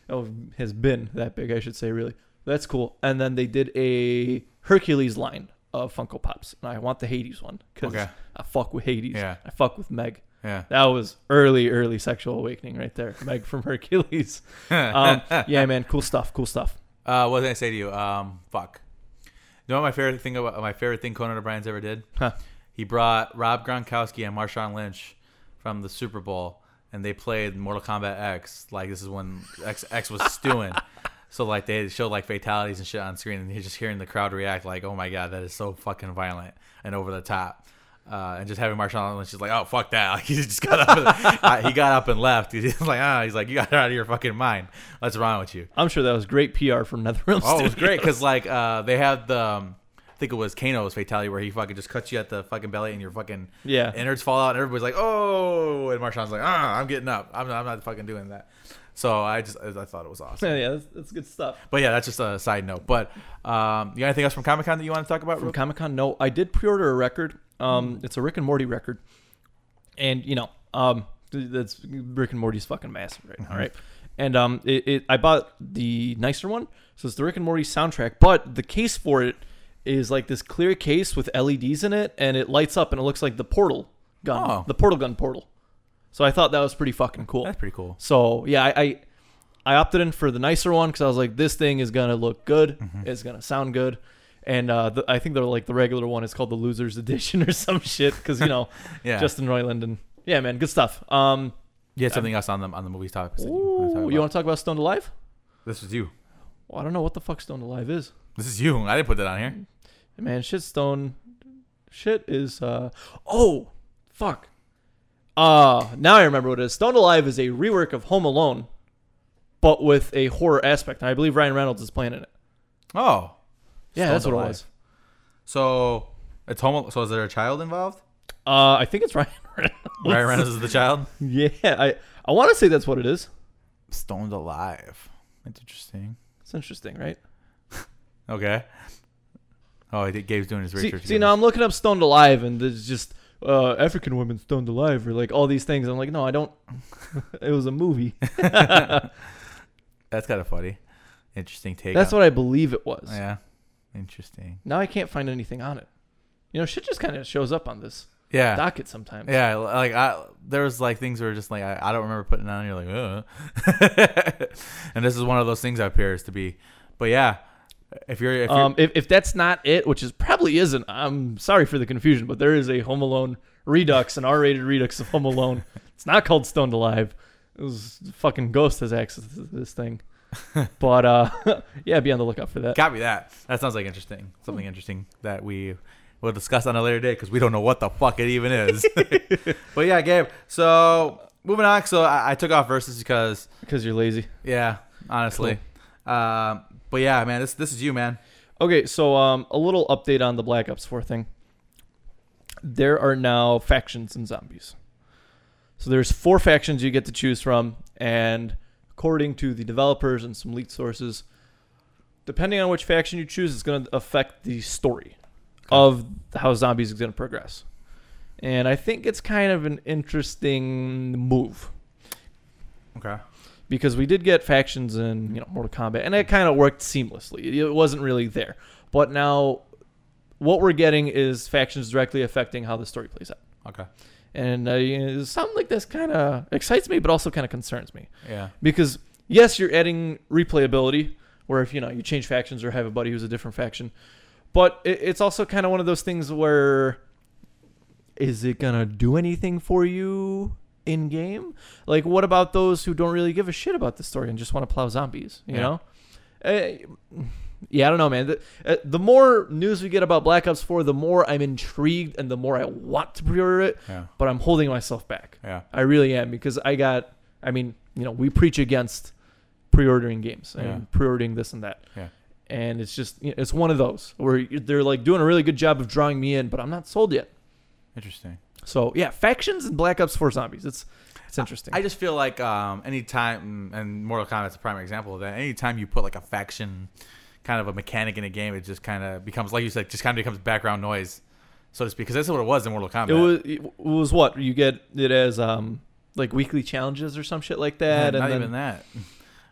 oh, has been that big, I should say, really. That's cool. And then they did a Hercules line of Funko Pops, and I want the Hades one because Okay. I fuck with Hades. Yeah. I fuck with Meg. Yeah. That was early, early sexual awakening right there. Meg from Hercules. Um, yeah, man, cool stuff. Cool stuff. Uh, what did I say to you? Um, fuck. You know what my favorite thing about my favorite thing Conan O'Brien's ever did? Huh. He brought Rob Gronkowski and Marshawn Lynch from the Super Bowl, and they played Mortal Kombat X. Like this is when X X was stewing. So like they showed like fatalities and shit on screen, and he's just hearing the crowd react like, "Oh my god, that is so fucking violent and over the top." Uh, and just having Marshawn Lynch just like, "Oh fuck that!" Like he just got up, and, uh, he got up and left. He's like, "Ah," he's like, "You got out of your fucking mind. What's wrong with you?" I'm sure that was great PR from NetherRealm. Oh, it was Studios. great because like uh, they had the, um, I think it was Kano's fatality where he fucking just cuts you at the fucking belly and your fucking Yeah. innards fall out and everybody's like, oh, and Marshawn's like, ah, I'm getting up. I'm, I'm not fucking doing that. So I just I thought it was awesome. Yeah, yeah, that's, that's good stuff. But yeah, that's just a side note. But um, you got anything else from Comic Con that you want to talk about? from Comic Con. No, I did pre-order a record. Hmm. Um, it's a Rick and Morty record, and you know, um, th- that's Rick and Morty's fucking massive right Mm-hmm. now, right? And um, it, it, I bought the nicer one, so it's the Rick and Morty soundtrack, but the case for it is like this clear case with LEDs in it, and it lights up, and it looks like the portal gun, Oh. the portal gun portal. So I thought that was pretty fucking cool. That's pretty cool. So yeah, I I, I opted in for the nicer one because I was like, this thing is gonna look good, Mm-hmm. it's gonna sound good, and uh, the, I think they're like the regular one is called the Losers Edition or some shit because you know Yeah. Justin Roiland and yeah, man, good stuff. Um, You had something else on the on the movies topics. That you want to talk ooh, about. you want to talk about Stoned Alive? this is you. Well, I don't know what the fuck Stoned Alive is. This is you. I didn't put that on here. Man, shit, Stone, shit is uh oh fuck. Uh now I remember what it is. Stone Alive is a rework of Home Alone, but with a horror aspect. And I believe Ryan Reynolds is playing in it. Oh, Yeah, Stoned that's what Alive. it was. so it's home. So is there a child involved? Uh, I think it's Ryan Reynolds. Ryan Reynolds is the child. Yeah, I I want to say that's what it is. stoned alive. That's interesting. It's interesting, right? Okay. Oh, I think Gabe's doing his See, research. see, again. now I'm looking up stoned alive, and there's just uh, African women stoned alive, or like all these things. I'm like, no, I don't. it was a movie. that's kind of funny. Interesting take. That's on- what I believe it was. Yeah. Interesting. Now I can't find anything on it. You know, shit just kind of shows up on this Yeah. docket sometimes. yeah. Like I, there was like things where just like I, I don't remember putting on. You're like, Ugh. and this is one of those things that appears to be. But yeah, if you're if you're, Um, if, if that's not it, which is probably isn't, I'm sorry for the confusion, but there is a Home Alone Redux, an R-rated Redux of Home Alone. it's not called Stoned Alive. It was fucking Ghost has access to this thing. But uh, yeah, be on the lookout for that. copy that. That sounds like interesting. Something interesting that we will discuss on a later date because we don't know what the fuck it even is. but yeah, Gabe. So moving on. So I, I took off verses because Because you're lazy. Yeah, honestly. Um, but yeah, man, this this is you, man. Okay, so um, a little update on the Black Ops 4 thing. There are now factions and zombies. So there's four factions you get to choose from, and according to the developers and some leaked sources, depending on which faction you choose, it's going to affect the story of how zombies is going to progress. And I think it's kind of an interesting move Okay. because we did get factions in you know Mortal Kombat, and it kind of worked seamlessly. It wasn't really there, but now what we're getting is factions directly affecting how the story plays out, Okay. and uh, you know, something like this kind of excites me, but also kind of concerns me Yeah. because yes, you're adding replayability, where if you know you change factions or have a buddy who's a different faction, but it, it's also kind of one of those things where is it gonna do anything for you in game? Like, what about those who don't really give a shit about the story and just want to plow zombies? You Yeah. know, Eh, yeah, I don't know, man. The, uh, the more news we get about Black Ops Four, the more I'm intrigued and the more I want to pre-order it, Yeah. but I'm holding myself back. Yeah. I really am because I got. I mean, you know, we preach against pre-ordering games and Yeah. pre-ordering this and that. Yeah. And it's just you know, it's one of those where you- they're like doing a really good job of drawing me in, but I'm not sold yet. Interesting. So yeah, factions and Black Ops Four zombies. It's it's interesting. I just feel like um, any time, and Mortal Kombat's a prime example of that. Any time you put like a faction, kind of a mechanic in a game, it just kind of becomes, like you said, just kind of becomes background noise, so to speak. Because that's what it was in Mortal Kombat. it was it was what you get it as um like weekly challenges or some shit like that, not and then even that.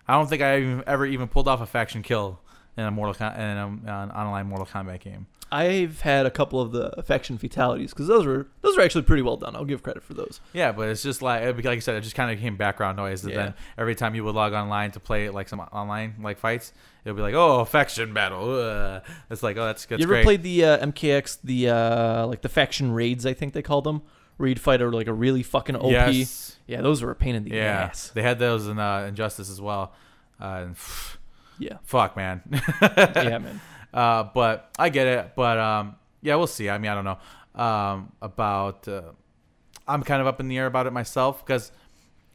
I don't think I even, ever even pulled off a faction kill in a Mortal Com- in a, an online Mortal Kombat game. I've had a couple of the faction fatalities because those were those were actually pretty well done. I'll give credit for those. Yeah, but it's just like like I said, it just kind of became background noise. And Yeah. then every time you would log online to play like some online like fights, it would be like, oh, faction battle. uh." It's like, oh, that's that's you ever great. played the uh, MKX the uh like the faction raids? I think they called them. Where you'd fight a, like a really fucking OP. Yes. Yeah, those were a pain in the Yeah, ass. they had those in uh, Injustice as well. Uh, and pff, Yeah, fuck, man. yeah, man. Uh, but I get it. But um, yeah, we'll see. I mean, I don't know um, about. Uh, I'm kind of up in the air about it myself because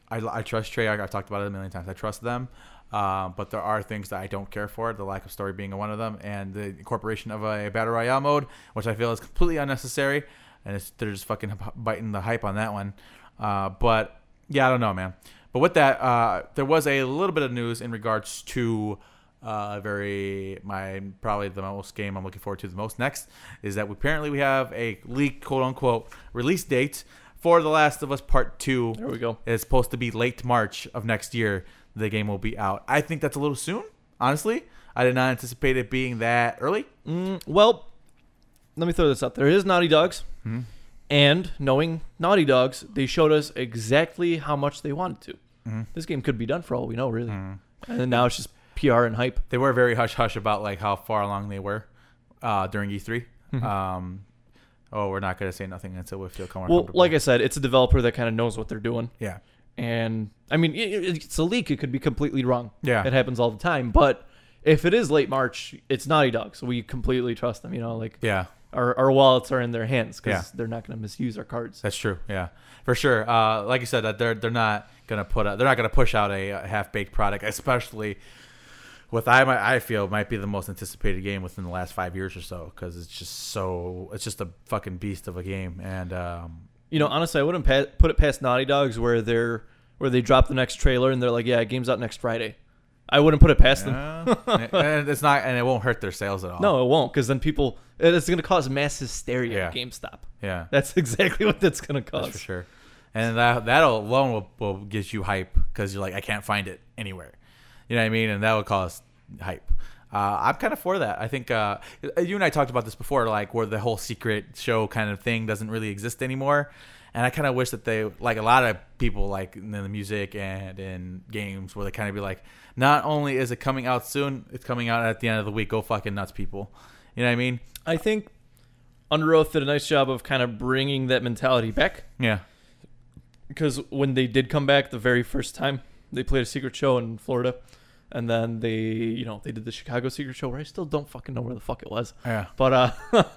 I, I trust Trey. I, I've talked about it a million times. I trust them. Uh, but there are things that I don't care for, the lack of story being one of them, and the incorporation of a battle royale mode, which I feel is completely unnecessary, and it's, they're just fucking biting the hype on that one. Uh, but yeah, I don't know, man. But with that, uh, there was a little bit of news in regards to uh, very my probably the most game I'm looking forward to the most next is that we, apparently we have a leaked quote unquote release date for The Last of Us Part Two. There we go. It's supposed to be late March of next year. The game will be out. I think that's a little soon, honestly. I did not anticipate it being that early. Mm, well, let me throw this out there. It is Naughty Dogs, Mm-hmm. and knowing Naughty Dogs, they showed us exactly how much they wanted to. Mm-hmm. This game could be done for all we know, really. And then now it's just PR and hype. They were very hush hush about like how far along they were uh, during E3. Mm-hmm. Um, oh, we're not gonna say nothing until we feel comfortable. Well, like I said, it's a developer that kind of knows what they're doing. yeah, And I mean, it, it- it's a leak. It could be completely wrong. Yeah. It happens all the time. But if it is late March, it's Naughty Dog. So we completely trust them. You know, like yeah. our, our wallets are in their hands because Yeah. they're not going to misuse our cards. That's true. Yeah, for sure. Uh, like you said, that they're they're not gonna put out, they're not gonna push out a, half baked product, especially with I might- I feel might be the most anticipated game within the last five years or so because it's just so it's just a fucking beast of a game and um, You know, honestly, I wouldn't pa- put it past Naughty Dogs where they're where they drop the next trailer and they're like, "Yeah, game's out next Friday." I wouldn't put it past them. and and it's not and it won't hurt their sales at all. No, it won't, because then people and it's going to cause mass hysteria. at Yeah. GameStop. Yeah, That's exactly what that's going to that's cause. for sure. And that that alone will, will get you hype because you're like I can't find it anywhere. You know what I mean? And that would cause hype. Uh, I'm kind of for that. I think uh, you and I talked about this before, like where the whole secret show kind of thing doesn't really exist anymore. And I kind of wish that they, like a lot of people, like in the music and in games, where they kind of be like, not only is it coming out soon, it's coming out at the end of the week. Go fucking nuts, people. You know what I mean? I think Under Oath did a nice job of kind of bringing that mentality back Yeah. because when they did come back the very first time, they played a secret show in Florida, and then they, you know, they did the Chicago secret show where I still don't fucking know where the fuck it was. Yeah. But uh, but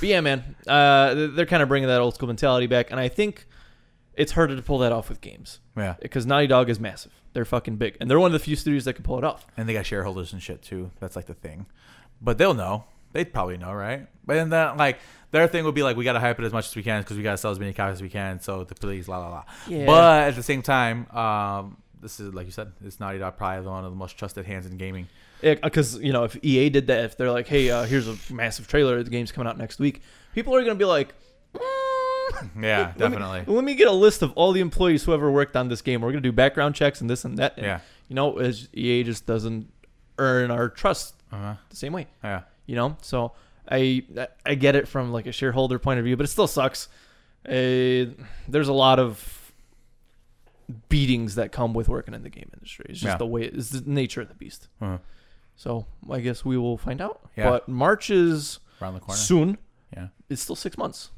yeah, man, uh, they're- they're kind of bringing that old school mentality back, and I think it's harder to pull that off with games Yeah. because Naughty Dog is massive. They're fucking big, and they're one of the few studios that can pull it off. and they got shareholders and shit too. That's like the thing. But they'll know. They'd probably know, right? But then that, like their thing would be like, we gotta hype it as much as we can because we gotta sell as many copies as we can. So to please, la la la. Yeah. But at the same time, um, this is like you said, it's Naughty Dog probably one of the most trusted hands in gaming. because you know if EA did that, if they're like, "Hey, uh, here's a massive trailer. The game's coming out next week," people are gonna be like, "Mm, Yeah, let me- definitely. Let me, get a list of all the employees who ever worked on this game. We're gonna do background checks and this and that." And, Yeah. you know, as EA just doesn't earn our trust Uh-huh. the same way. Yeah. You know, so I I get it from like a shareholder point of view, but it still sucks. Uh, there's a lot of beatings that come with working in the game industry. It's just Yeah. the way it's the nature of the beast. Uh-huh. So I guess we will find out. Yeah. But March is around the corner. soon. Yeah, It's still six months.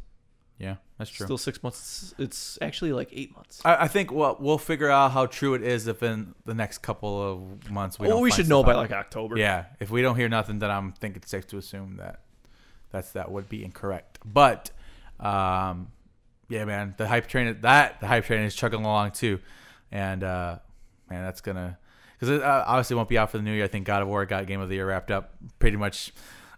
yeah, that's true. Still six months. It's actually like eight months. I, I think we'll, we'll figure out how true it is if in the next couple of months we. well, don't we find should know stuff by out. like October. Yeah, if we don't hear nothing, then I'm think it's safe to assume that that's that would be incorrect. But um, yeah, man, the hype train that the hype train is chugging along too, and uh, man, that's gonna because it uh, obviously won't be out for the new year. I think God of War got Game of the Year wrapped up pretty much.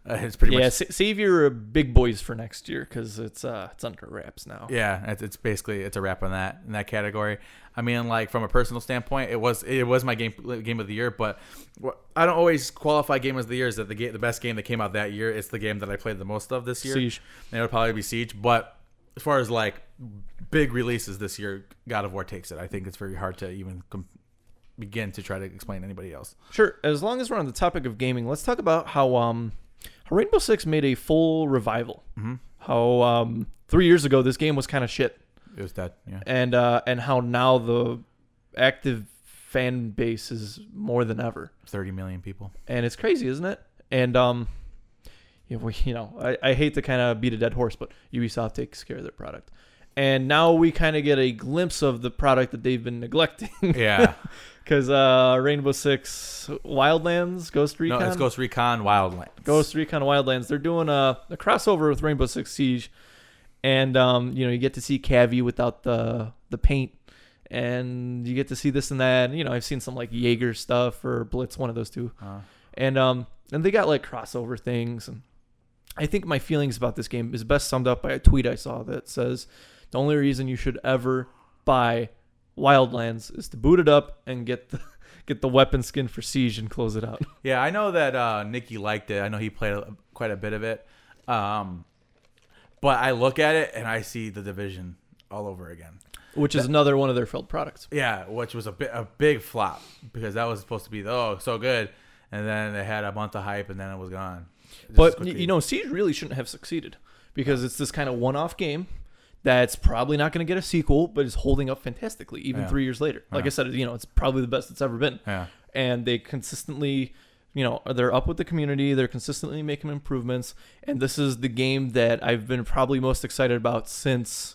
Uh, it's pretty Yeah, much sa- save your big boys for next year because it's uh it's under wraps now. yeah. It's, it's basically it's a wrap on that in that category. I mean, like from a personal standpoint, it was it was my game game of the year, but wh- I don't always qualify game of the year as that the ga- the best game that came out that year. It's the game that I played the most of this year. Siege. And it would probably be Siege. But as far as like big releases this year, God of War takes it. I think it's very hard to even com- begin to try to explain to anybody else. Sure. As long as we're on the topic of gaming, let's talk about how um how Rainbow Six made a full revival. Mm-hmm. How um three years ago this game was kind of shit, It was that. Yeah. and uh and how now the active fan base is more than ever, 30 million people. and it's crazy, isn't it? And um. You know, we- you know, I, I hate to kind of beat a dead horse, but Ubisoft takes care of their product. And now we kind of get a glimpse of the product that they've been neglecting. Yeah. Because uh, Rainbow Six Wildlands, Ghost no, Recon, it's Ghost Recon Wildlands. Ghost Recon Wildlands. They're doing a, a crossover with Rainbow Six Siege, and um, you know you get to see Cavi without the the paint, and you get to see this and that. And, you know I've seen some like Jaeger stuff or Blitz, one of those two, Uh, and um and they got like crossover things. And I think my feelings about this game is best summed up by a tweet I saw that says the only reason you should ever buy Wildlands is to boot it up and get the get the weapon skin for Siege and close it out. Yeah, I know that uh, Nikki liked it. I know he played a, quite a bit of it. Um, but I look at it and I see the division all over again. which is another one of their failed products. Yeah, which was a bi- a big flop because that was supposed to be oh so good, and then they had a month of hype and then it was gone. Just as But y- quickly. you know, Siege really shouldn't have succeeded because it's this kind of one-off game that's probably not going to get a sequel, but is holding up fantastically even Yeah. three years later. Like I Yeah. said, you know, it's probably the best it's ever been. yeah, And they consistently, you know, they're up with the community. They're consistently making improvements, and this is the game that I've been probably most excited about since.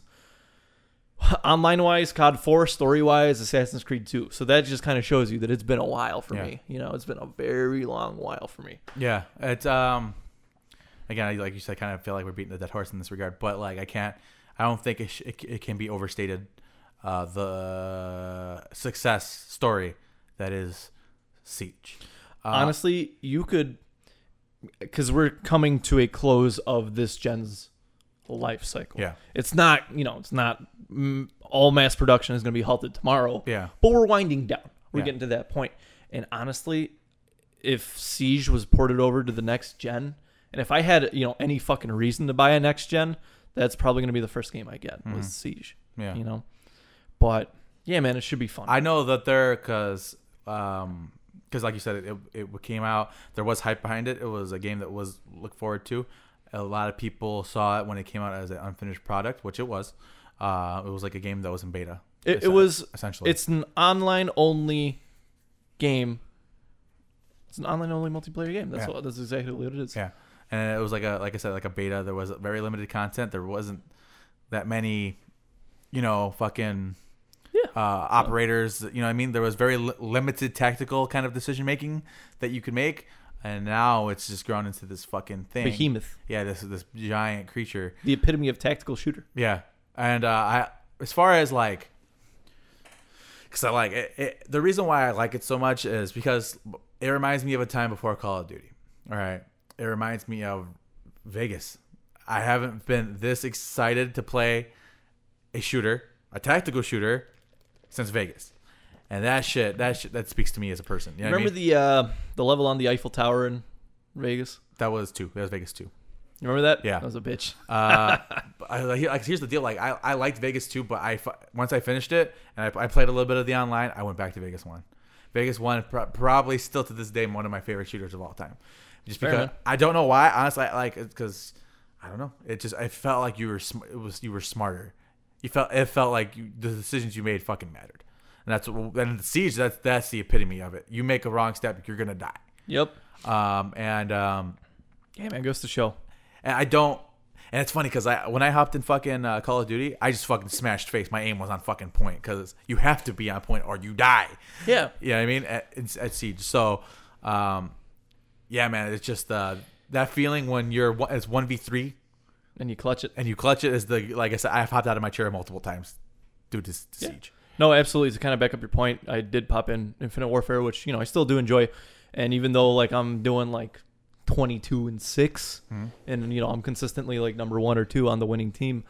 Online wise, COD 4, story wise, Assassin's Creed 2. So that just kind of shows you that it's been a while for Yeah. me. You know, it's been a very long while for me. yeah. It's um, again, I- like you said, I kind of feel like we're beating the dead horse in this regard, but like I can't, I don't think it sh- it, c- it can be overstated, uh, the success story that is Siege. Uh, honestly you could because we're coming to a close of this gen's life cycle Yeah. it's not you know it's not mm, all mass production is going to be halted tomorrow Yeah. but we're winding down we're Yeah. getting to that point and honestly if siege was ported over to the next gen and if i had you know any fucking reason to buy a next gen that's probably going to be the first game i get was siege Mm-hmm. Yeah. you know but yeah man it should be fun I know that there because um 'cause like you said it, it came out there was hype behind it it was a game that was looked forward to a lot of people saw it when it came out as an unfinished product which it was uh, it was like a game that was in beta it, it essen- was essentially It's an online only game. It's an online only multiplayer game. That's Yeah. what that's exactly what it is. yeah and it was like a like I said like a beta there was very limited content there wasn't that many you know fucking Yeah. uh, operators. You know, what I mean, there was very li- limited tactical kind of decision making that you could make, and now it's just grown into this fucking thing. Behemoth, Yeah, this this giant creature. the epitome of tactical shooter. Yeah, and uh, I as far as like, because I like it, it. The reason why I like it so much is because it reminds me of a time before Call of Duty. All right, it reminds me of Vegas. I haven't been this excited to play a shooter, a tactical shooter, since Vegas. And that shit, that shit, that speaks to me as a person. You know what I remember mean? the uh, the level on the Eiffel Tower in Vegas? that was two. That was Vegas two. You remember that? Yeah. That was a bitch. Uh, but I, like, like, here's the deal. Like, I, I liked Vegas too, but I fi- once I finished it and I, I played a little bit of the online, I went back to Vegas one. Vegas one pro- probably still to this day one of my favorite shooters of all time. Just Fair because enough. I don't know why. Honestly, I like because I don't know. It just I felt like you were sm- it was you were smarter. You felt it felt like you, the decisions you made fucking mattered. And that's and siege. That's that's the epitome of it. You make a wrong step, you're gonna die. Yep. Um, and um, Yeah, man, goes to show. and I don't. And it's funny because I when I hopped in fucking uh, Call of Duty, I just fucking smashed face. My aim was on fucking point because you have to be on point or you die. Yeah. You know what I mean? At, it's- at Siege. So, um, yeah, man, it's just uh, that feeling when you're one- it's one v three And you clutch it. and you clutch it is the like I said, I've hopped out of my chair multiple times due to, s- to Yeah. Siege. No, absolutely. To kind of back up your point, I did pop in Infinite Warfare, which you know I still do enjoy, and even though like I'm doing like 22 and 6 Mm-hmm. and you know I'm consistently like number one or two on the winning team,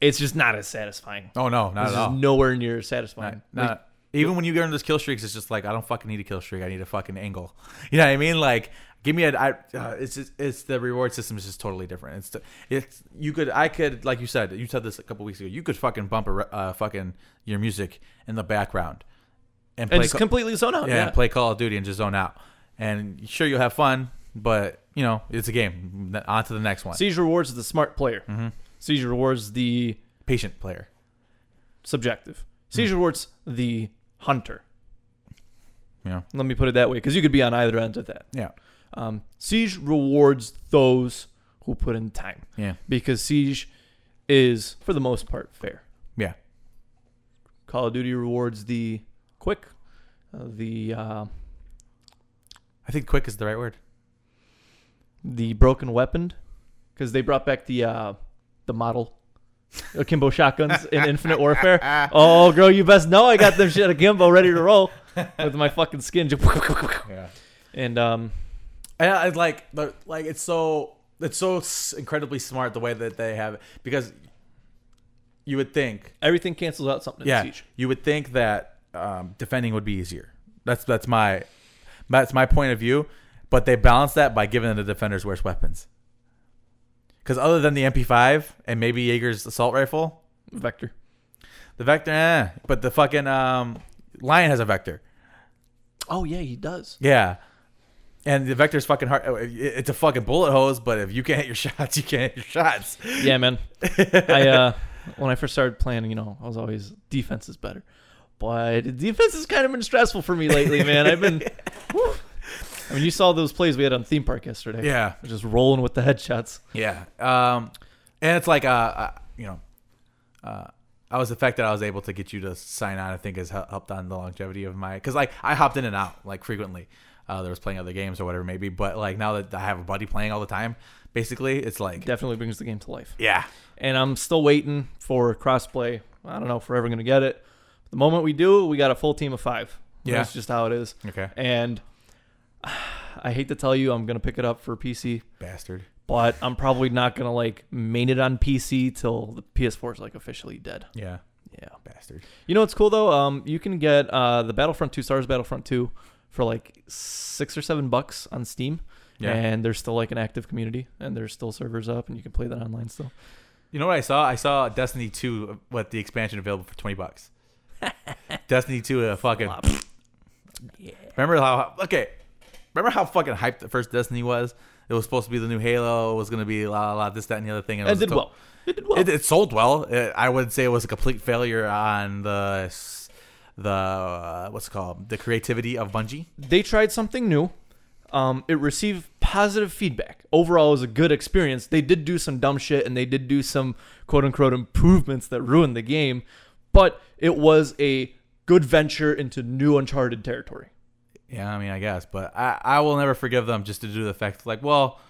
it's just not as satisfying. Oh no, not It's at all. just nowhere near as satisfying. Not, Like, even when you get on those kill streaks, it's just like I don't fucking need a kill streak. I need a fucking angle. You know what I mean? Like, give me a. I, uh, it's just, it's the reward system is just totally different. It's it's you could I could like you said you said this a couple weeks ago. You could fucking bump a re- uh, fucking your music in the background and play and just Ca- completely zone out. yeah, Yeah. and play Call of Duty and just zone out. And sure you'll have fun, but you know it's a game. On to the next one. Siege rewards is the smart player. Mm-hmm. Siege rewards the Patient player. subjective. Siege rewards the hunter. Yeah. Let me put it that way, because you could be on either end of that. Yeah. Um, Siege rewards those who put in time. Yeah. because Siege is, for the most part, fair. Yeah. Call of Duty rewards the quick, uh, the uh, I think quick is the right word. the broken weaponed, because they brought back the uh, the model akimbo shotguns in Infinite Warfare. Oh, girl, you best know I got them shit akimbo ready to roll with my fucking skin. Yeah. And um, And I like the like it's so it's so s- incredibly smart the way that they have it because you would think everything cancels out something in yeah Siege. you would think that um, defending would be easier that's that's my that's my point of view but they balance that by giving the defenders worse weapons because other than the MP5 and maybe Jaeger's assault rifle Vector. the vector eh, but the fucking um, lion has a vector Oh yeah, he does. Yeah. And the vector's fucking hard. it- It's a fucking bullet hose, but if you can't hit your shots, you can't hit your shots. Yeah, man. I uh, when I first started playing, you know, I was always defense is better, but defense has kind of been stressful for me lately, man. I've been. whew. I mean, you saw those plays we had on theme park yesterday. Yeah. just rolling with the headshots. Yeah. Um, and it's like, uh, uh, you know, uh, I was the fact that I was able to get you to sign on. I think has hel- helped on the longevity of my because like I hopped in and out like frequently. Uh, there was playing other games or whatever maybe, but like now that I have a buddy playing all the time, basically it's like Definitely brings the game to life. yeah, And I'm still waiting for crossplay. I don't know if we're ever gonna get it. The moment we do, we got a full team of five. Yeah. that's just how it is. okay, And I hate to tell you, I'm gonna pick it up for PC bastard. but I'm probably not gonna like main it on PC till the PS4 is like officially dead. Yeah, Yeah. bastard. You know what's cool though? Um, you can get uh the Battlefront Two, Stars Battlefront Two, for like six or seven bucks on Steam. Yeah. And there's still like an active community, and there's still servers up, and you can play that online still. You know what I saw? I saw Destiny 2 with the expansion available for 20 bucks. Destiny 2 uh, fucking Flop. Remember how okay, remember how fucking hyped the first Destiny was? It was supposed to be the new Halo, it was going to be la la la this that and the other thing. And was did to- well. It did well. It, it sold well. It, I would say it was a complete failure on the s- the uh, what's it called? The creativity of Bungie. they tried something new. Um, it received positive feedback. Overall, it was a good experience. They did do some dumb shit and they did do some quote unquote improvements that ruined the game, but it was a good venture into new uncharted territory. Yeah, I mean, I guess, but I, I will never forgive them just to do the fact like, well,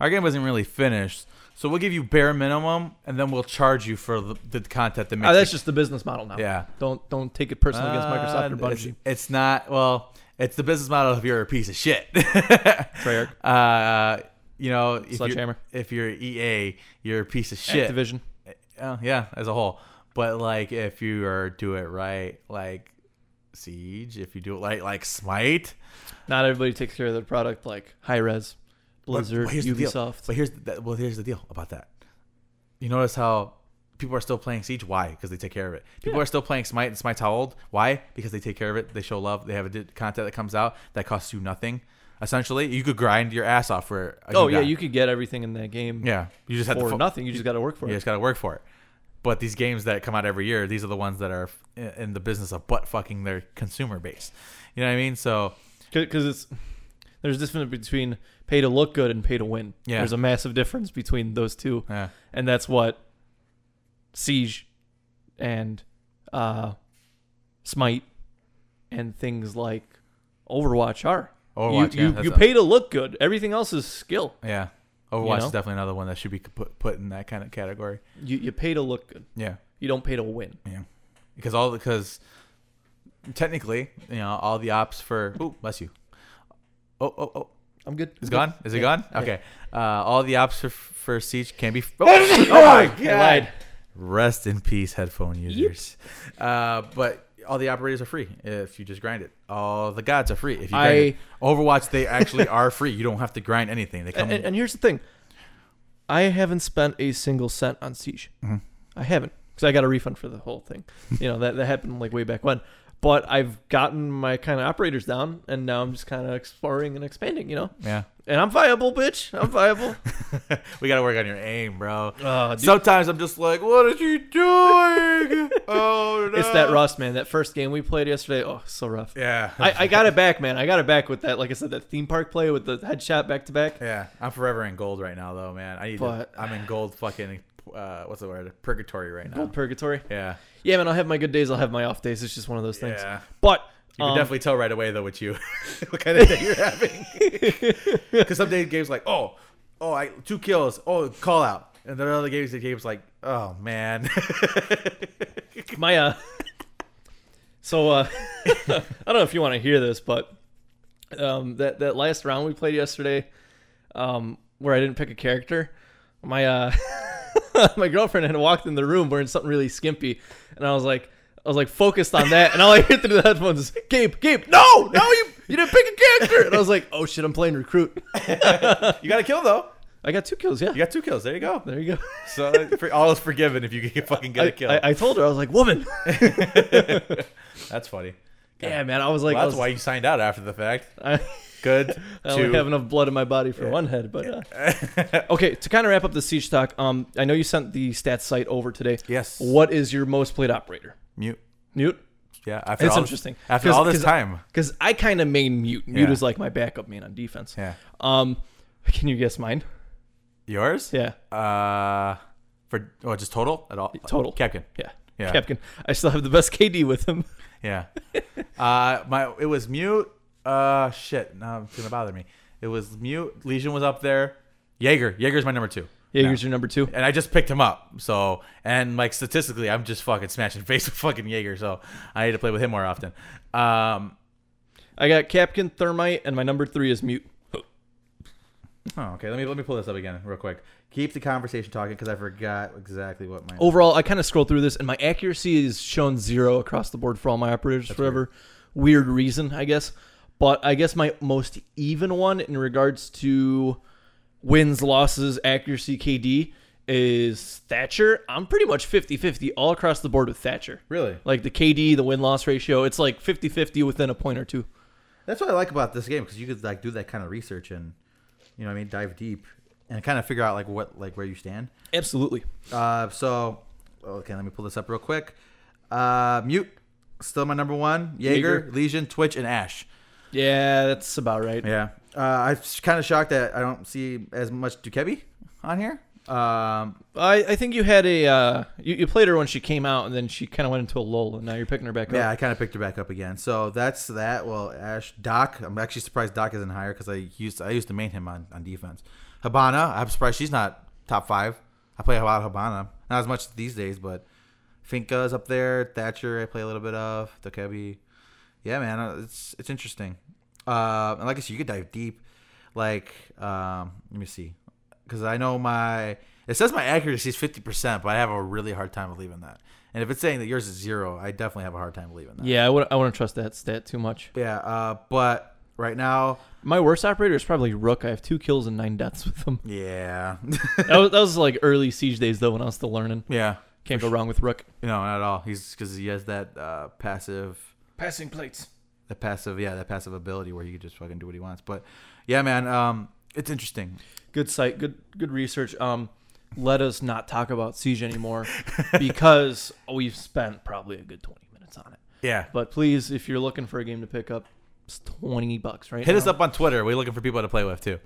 our game wasn't really finished, so we'll give you bare minimum, and then we'll charge you for the, the content that makes. Ah, the that's just the business model now. Yeah. Don't don't take it personally against Microsoft or Uh, it's- Bungie. It's, not well. It's the business model if you're a piece of shit. Treyarch, uh, you know, if you're, Sledgehammer. if you're EA, you're a piece of shit. Activision. Uh, yeah, as a whole. But like, if you are do it right, like Siege, if you do it right, like Smite, Not everybody takes care of their product like High Res, Blizzard, But here's the deal. Ubisoft. But here's the, well, here's the deal about that. You notice how people are still playing Siege? Why? Because they take care of it. People Yeah. are still playing Smite, and Smite's how old? Why? Because they take care of it. They show love. They have a di- content that comes out that costs you nothing. Essentially, you could grind your ass off for. A Oh new yeah, guy. you could get everything in that game Yeah, you just have for to. fu- nothing. You just got to work for You it. just got to work for it. But these games that come out every year, these are the ones that are f- in- in the business of butt fucking their consumer base. You know what I mean? So because it's There's a difference between pay to look good and pay to win. Yeah. There's a massive difference between those two, Yeah. and that's what Siege and uh, Smite and things like Overwatch are. Overwatch. you yeah, you, that's you a- pay to look good. Everything else is skill. Yeah. Overwatch know? is definitely another one that should be put put in that kind of category. You you pay to look good. Yeah. You don't pay to win. Yeah. Because all because technically, you know, all the ops for oh bless you. Oh oh oh. I'm good. It's gone. Is it gone? Yeah. Okay. Uh, all the ops for, for siege can be. Oh, oh my I lied. Rest in peace, headphone users. Uh, but all the operators are free if you just grind it. All the gods are free if you grind I- it. Overwatch, they actually are free. You don't have to grind anything. They come. And, and here's the thing, I haven't spent a single cent on Siege. Mhm. I haven't because I got a refund for the whole thing. Mm-hmm. you know that that happened like way back when. But I've gotten my kind of operators down, and now I'm just kind of exploring and expanding. You know, yeah, and I'm viable, bitch. I'm viable. we gotta work on your aim, bro. Uh, dude, Sometimes I'm just like, what is she doing? oh no! it's that rust, man. That first game we played yesterday. Oh, so rough. Yeah, I, I got it back, man. I got it back with that. Like I said, that theme park play with the headshot back to back. yeah. I'm forever in gold right now, though, man. I need. But- to, I'm in gold, fucking. Uh, what's the word? Purgatory right now. Old purgatory. Yeah, Yeah, man. I'll have my good days. I'll have my off days. It's just one of those things. yeah. But You can um, definitely tell right away though what you what kind of day you're having. Because some days games like oh oh I two kills oh call out, and then other games the games like oh man my uh so uh i don't know if you want to hear this but um that that last round we played yesterday um where i didn't pick a character my uh my girlfriend had walked in the room wearing something really skimpy and i was like i was like focused on that and all i hear through the headphones is gabe gabe no no you you didn't pick a character and i was like oh shit i'm playing recruit you got a kill though i got two kills yeah you got two kills there you go there you go so uh, for, all is forgiven if you can fucking get a I, kill I, I told her i was like woman that's funny yeah man i was like well, that's why I you signed out after the fact was, I, good I only two have enough blood in my body for one head, but uh, okay. To kind of wrap up the siege talk, um, I know you sent the stats site over today. Yes. What is your most played operator? mute Mute. yeah after It's all interesting. this, after 'Cause- all this 'cause- time Because I kind of main mute. Mute Yeah. is like my backup main on defense. yeah Um, can you guess mine? yours Yeah. uh for oh just total at all Total. Captain Yeah. Yeah. Capkin. I still have the best KD with him. Yeah. uh, my it was mute. Uh, shit. Now it's gonna bother me. It was mute. Legion was up there. Jaeger. Jaeger's my number two. Jaeger's your number two. And I just picked him up. So and like statistically, I'm just fucking smashing face with fucking Jaeger. So I need to play with him more often. Um. I got Capkin, Thermite, and my number three is mute. Oh, okay. Let me let me pull this up again real quick. Keep the conversation talking because I forgot exactly what my. overall, I kind of scroll through this, and my accuracy is shown zero across the board for all my operators for whatever weird. reason, I guess. But I guess my most even one in regards to wins, losses, accuracy, KD is Thatcher. I'm pretty much 50 50 all across the board with Thatcher. Really? Like the KD, the win loss ratio, it's like 50 50 within a point or two. That's what I like about this game because you could like do that kind of research and, you know, what I mean, dive deep and kind of figure out like what like where you stand. Absolutely. Uh, so, okay, let me pull this up real quick. Uh, Mute, still my number one. Jaeger, Jaeger. Legion, Twitch, and Ash. Yeah, that's about right. Yeah. Uh, I'm kind of shocked that I don't see as much Dukebi on here. Um, I, I think you had a uh, you, you played her when she came out, and then she kind of went into a lull, and now you're picking her back yeah, up. I kind of picked her back up again. So that's that. Well, Ash, Doc. I'm actually surprised Doc isn't higher because I used I used to main him on, on defense. Habana. I'm surprised she's not top five. I play a lot of Habana, not as much these days, but Finca's up there. Thatcher, I play a little bit of Dokebi. Yeah, man, uh, it's it's interesting. Uh, and like I said, you could dive deep. Like, um, let me see, because I know my it says my accuracy is fifty percent, but I have a really hard time believing that. And if it's saying that yours is zero, I definitely have a hard time believing that. Yeah, I would I wouldn't trust that stat too much. Yeah, uh, but right now, My worst operator is probably Rook. I have two kills and nine deaths with him. yeah, That was, that was like early siege days though, when I was still learning. yeah, Can't go wrong with Rook. no, not at all. He's because he has that uh, passive. Passing plates. The passive, yeah, that passive ability where he can just fucking do what he wants. But yeah, man, um, it's interesting. Good site. Good good research. Um, let us not talk about siege anymore because we've spent probably a good twenty minutes on it. Yeah, But please, if you're looking for a game to pick up, it's twenty bucks, right? Hit now. us up on Twitter. We're looking for people to play with too.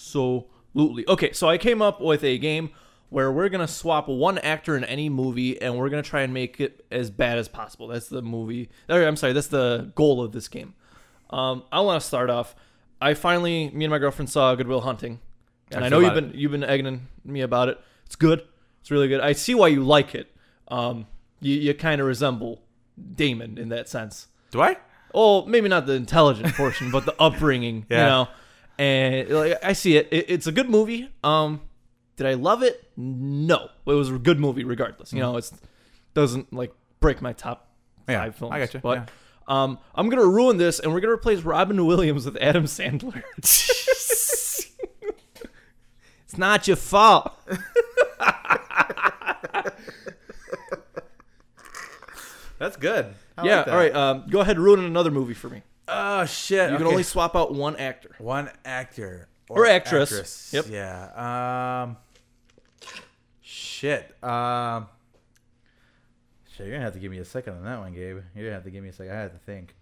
Absolutely. Okay, so I came up with a game where we're gonna swap one actor in any movie, and we're gonna try and make it as bad as possible. That's the movie. or, I'm sorry. That's the goal of this game. Um, I want to start off. I finally, me and my girlfriend saw Goodwill Hunting, and I I know feel you've about been you've been egging me about it. It's good. It's really good. I see why you like it. Um, you you kind of resemble Damon in that sense. Do I? Oh, maybe not the intelligent portion, but the upbringing, you Yeah. know. And like, I see it. it. It's a good movie. Um, did I love it? No, it was a good movie regardless. You know, it's doesn't like break my top Yeah, five films. I gotcha, But yeah. um, I'm gonna ruin this, and we're gonna replace Robin Williams with Adam Sandler. It's not your fault. That's good. I yeah. Ah, like that. all right. Um, go ahead, ruin another movie for me. Oh shit. You can only swap out one actor. one actor Or actress. Yep. Yeah. Um. Shit. Um. Shit, you're gonna have to give me a second on that one, Gabe. You're gonna have to give me a second. I have to think.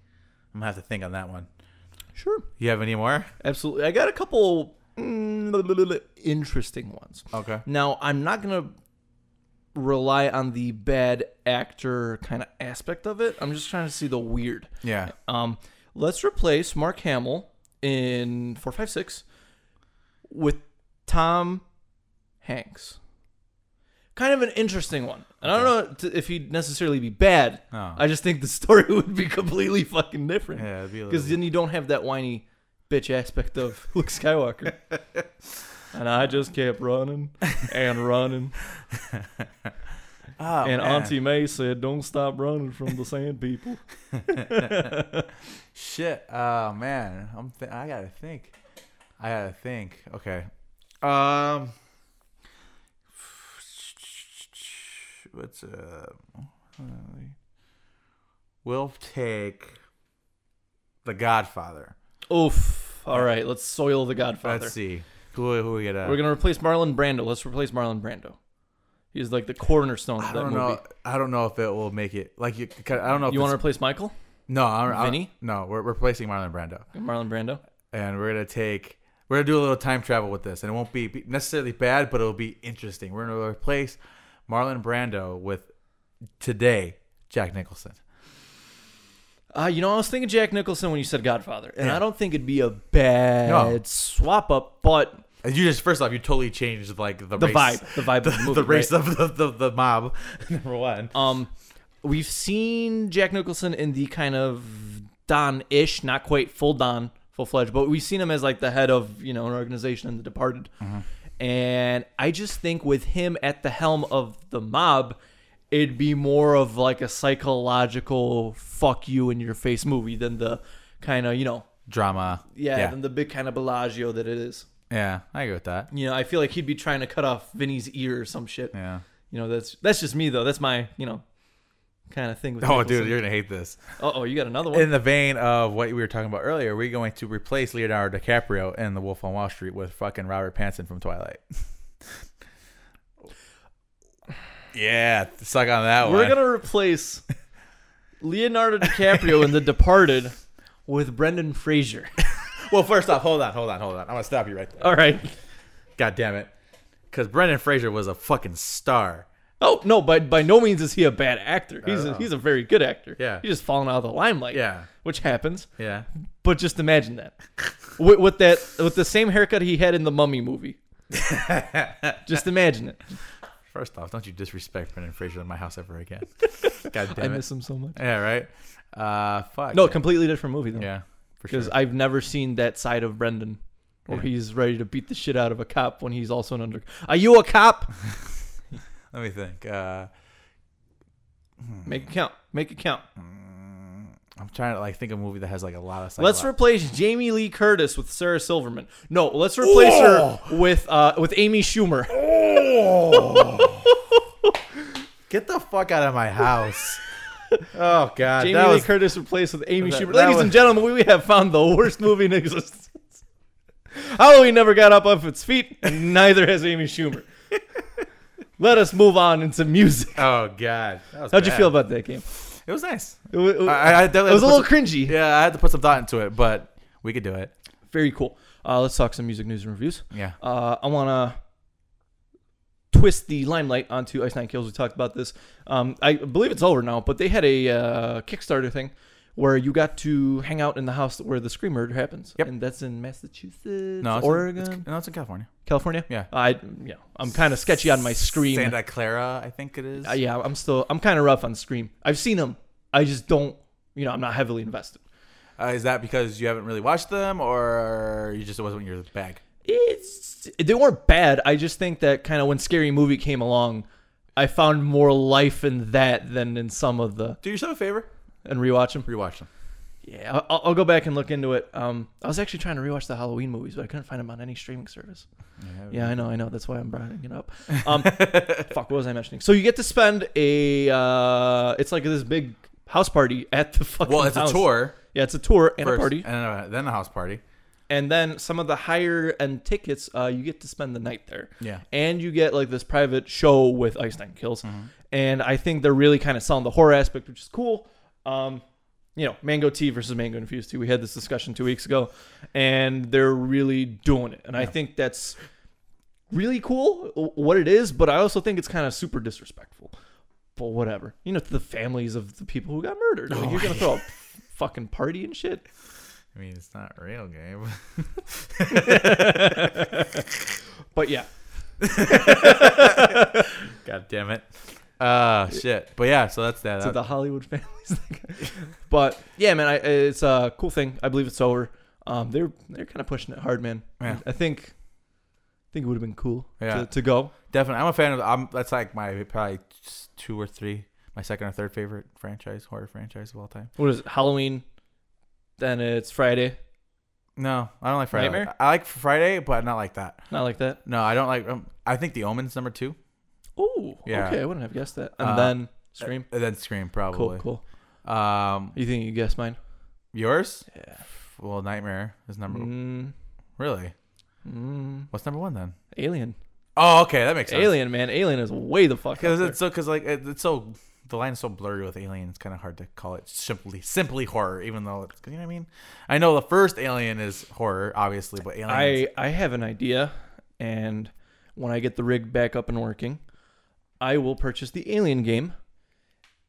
I'm gonna have to think on that one. Sure. You have any more? Absolutely. I got a couple mm, interesting ones. Okay. Now, I'm not going to rely on the bad actor kind of aspect of it. I'm just trying to see the weird. Yeah. Um, let's replace Mark Hamill in 456 with Tom Hanks. Kind of an interesting one. And I don't know t- if he'd necessarily be bad. Oh. I just think the story would be completely fucking different. Yeah, it'd be a Because little- then you don't have that whiny bitch aspect of Luke Skywalker. and I just kept running and running. Oh, and man. Auntie May said, Don't stop running from the sand people. Shit. Oh man, I'm. Th- I gotta think. I gotta think. Okay. Um. What's uh? We'll take the Godfather. Oof. All right, let's soil the Godfather. Let's see who who we get. uh, We're going to replace Marlon Brando. Let's replace Marlon Brando. He's like the cornerstone I of that don't movie. know. I don't know if it will make it. Like you, 'cause I don't know. If You want to it's- replace Michael? No, I don't, I don't- Vinny? No, we're we're replacing Marlon Brando. Marlon Brando? and we're gonna take we're gonna do a little time travel with this, and it won't be be necessarily bad, but it'll be interesting. We're gonna replace Marlon Brando with today Jack Nicholson. Uh, you know, I was thinking Jack Nicholson when you said Godfather, and Yeah. I don't think it'd be a bad No. swap up, but And you just first off, you totally changed like the the race, vibe, the vibe the, of the movie, the right? race of the, the, the mob. Number one. Um, we've seen Jack Nicholson in the kind of Don-ish, not quite full Don, full fledged, but we've seen him as like the head of you know an organization in The Departed, and I just think with him at the helm of the mob, it'd be more of like a psychological fuck you in your face movie than the kind of you know Drama. yeah, Yeah. than the big kind of Bellagio that it is. Yeah, I agree with that. You know, I feel like he'd be trying to cut off Vinny's ear or some shit. Yeah. You know, that's that's just me though. That's my you know kind of thing. With Oh, dude, you're gonna hate this. oh, oh, you got another one. In the vein of what we were talking about earlier, we're going to replace Leonardo DiCaprio in The Wolf on Wall Street with fucking Robert Pattinson from Twilight. yeah, suck on that We're one. gonna replace Leonardo DiCaprio in The Departed with Brendan Fraser. Well, first off, hold on, hold on, hold on. I'm gonna stop you right there. All right. God damn it, because Brendan Fraser was a fucking star. Oh no, by by no means is he a bad actor. He's a, he's a very good actor. Yeah. he's just falling out of the limelight. Yeah. which happens. Yeah. But just imagine that with, with that with the same haircut he had in the Mummy movie. just imagine it. First off, don't you disrespect Brendan Fraser in my house ever again. God I damn it. miss him so much. Yeah, right. Uh, fuck. No, completely different movie though. Yeah, for sure. because I've never seen that side of Brendan, where Yeah. he's ready to beat the shit out of a cop when he's also an under. Are you a cop? Let me think. Uh, Make it count. Make it count. I'm trying to like think of a movie that has like a lot of. Let's psycholo- replace Jamie Lee Curtis with Sarah Silverman. No, let's replace Oh! her with uh, with Amy Schumer. Oh. Oh. Get the fuck out of my house. oh god, Jamie that Lee was Curtis replaced with Amy that- Schumer. that Ladies was- and gentlemen, we have found the worst movie in existence. Halloween never got up off its feet, and neither has Amy Schumer. Let us move on into music. oh god. That was How'd you bad. feel about that game? It It was nice. It wa- it wa- I- I it definitely was a had to little put cringy. Yeah, I had to put some thought into it, but we could do it. Very cool. Uh, let's talk some music news and reviews. Yeah. Uh, I want to twist the limelight onto Ice Nine Kills. We talked about this. Um, I believe it's over now, but they had a uh, Kickstarter thing where you got to hang out in the house where the scream murder happens. Yep. And that's in Massachusetts, No, it's in- Oregon, it's- no, it's in California. California. Yeah. I yeah, I'm kind of sketchy on my scream. Santa Clara, I think it is. Uh, yeah, I'm still I'm kind of rough on scream. I've seen them. I just don't. You know, I'm not heavily invested. Uh, is that because you haven't really watched them, or you just it wasn't your bag? it's they weren't bad. I just think that kind of when Scary Movie came along, I found more life in that than in some of the Do yourself a favor, and rewatch them. rewatch them. Yeah, I- I'll, I'll go back and look into it. Um, I was actually trying to rewatch the Halloween movies, but I couldn't find them on any streaming service. Oh, Yeah, I know, I know. That's why I'm bringing it up. Um, fuck, what was I mentioning? So you get to spend a uh, it's like this big house party at the fucking Well, it's a house. tour Yeah, it's a tour and first, a party, and uh, then a house party. and then some of the higher end tickets, uh, you get to spend the night there. Yeah. and you get like this private show with Ice Nine Kills, and I think they're really kind of selling the horror aspect, which is cool. Um, you know, Mango Tea versus Mango Infused Tea. We had this discussion two weeks ago, and they're really doing it, and I think that's really cool w- what it is, but I also think it's kind of super disrespectful. But whatever, you know, to the families of the people who got murdered. Like, you're gonna throw a fucking party and shit. I mean, it's not real game. But yeah, God damn it. Uh shit. But yeah, so that's that. Uh, to the Hollywood families. but yeah, man, I, it's a cool thing. I believe it's over. Um, they're they're kind of pushing it hard, man. Yeah. I think I think it would have been cool Yeah. to, to go. Definitely, I'm a fan of. I'm that's like my probably two or three, my second or third favorite franchise horror franchise of all time. What is it? Halloween. Then it's Friday. No, I don't like Friday. Nightmare? I like Friday, but not like that. Not like that. No, I don't like. Um, I think The Omen's number two, Oh, Yeah. okay. I wouldn't have guessed that. And Uh, then Scream. and then Scream Cool, probably. cool. Um, You think you guessed mine? yours? Yeah. Well, Nightmare is number. Mm, Really? mm, What's number one then? Alien. Oh, okay, that makes sense. Alien, man. Alien is way the fuck. Up Because there. it's so because like it, it's so the line is so blurry with Alien. It's kind of hard to call it simply simply horror, even though it's you know what I mean. I know the first Alien is horror, obviously, but Alien. I I have an idea, and when I get the rig back up and working, I will purchase the Alien game,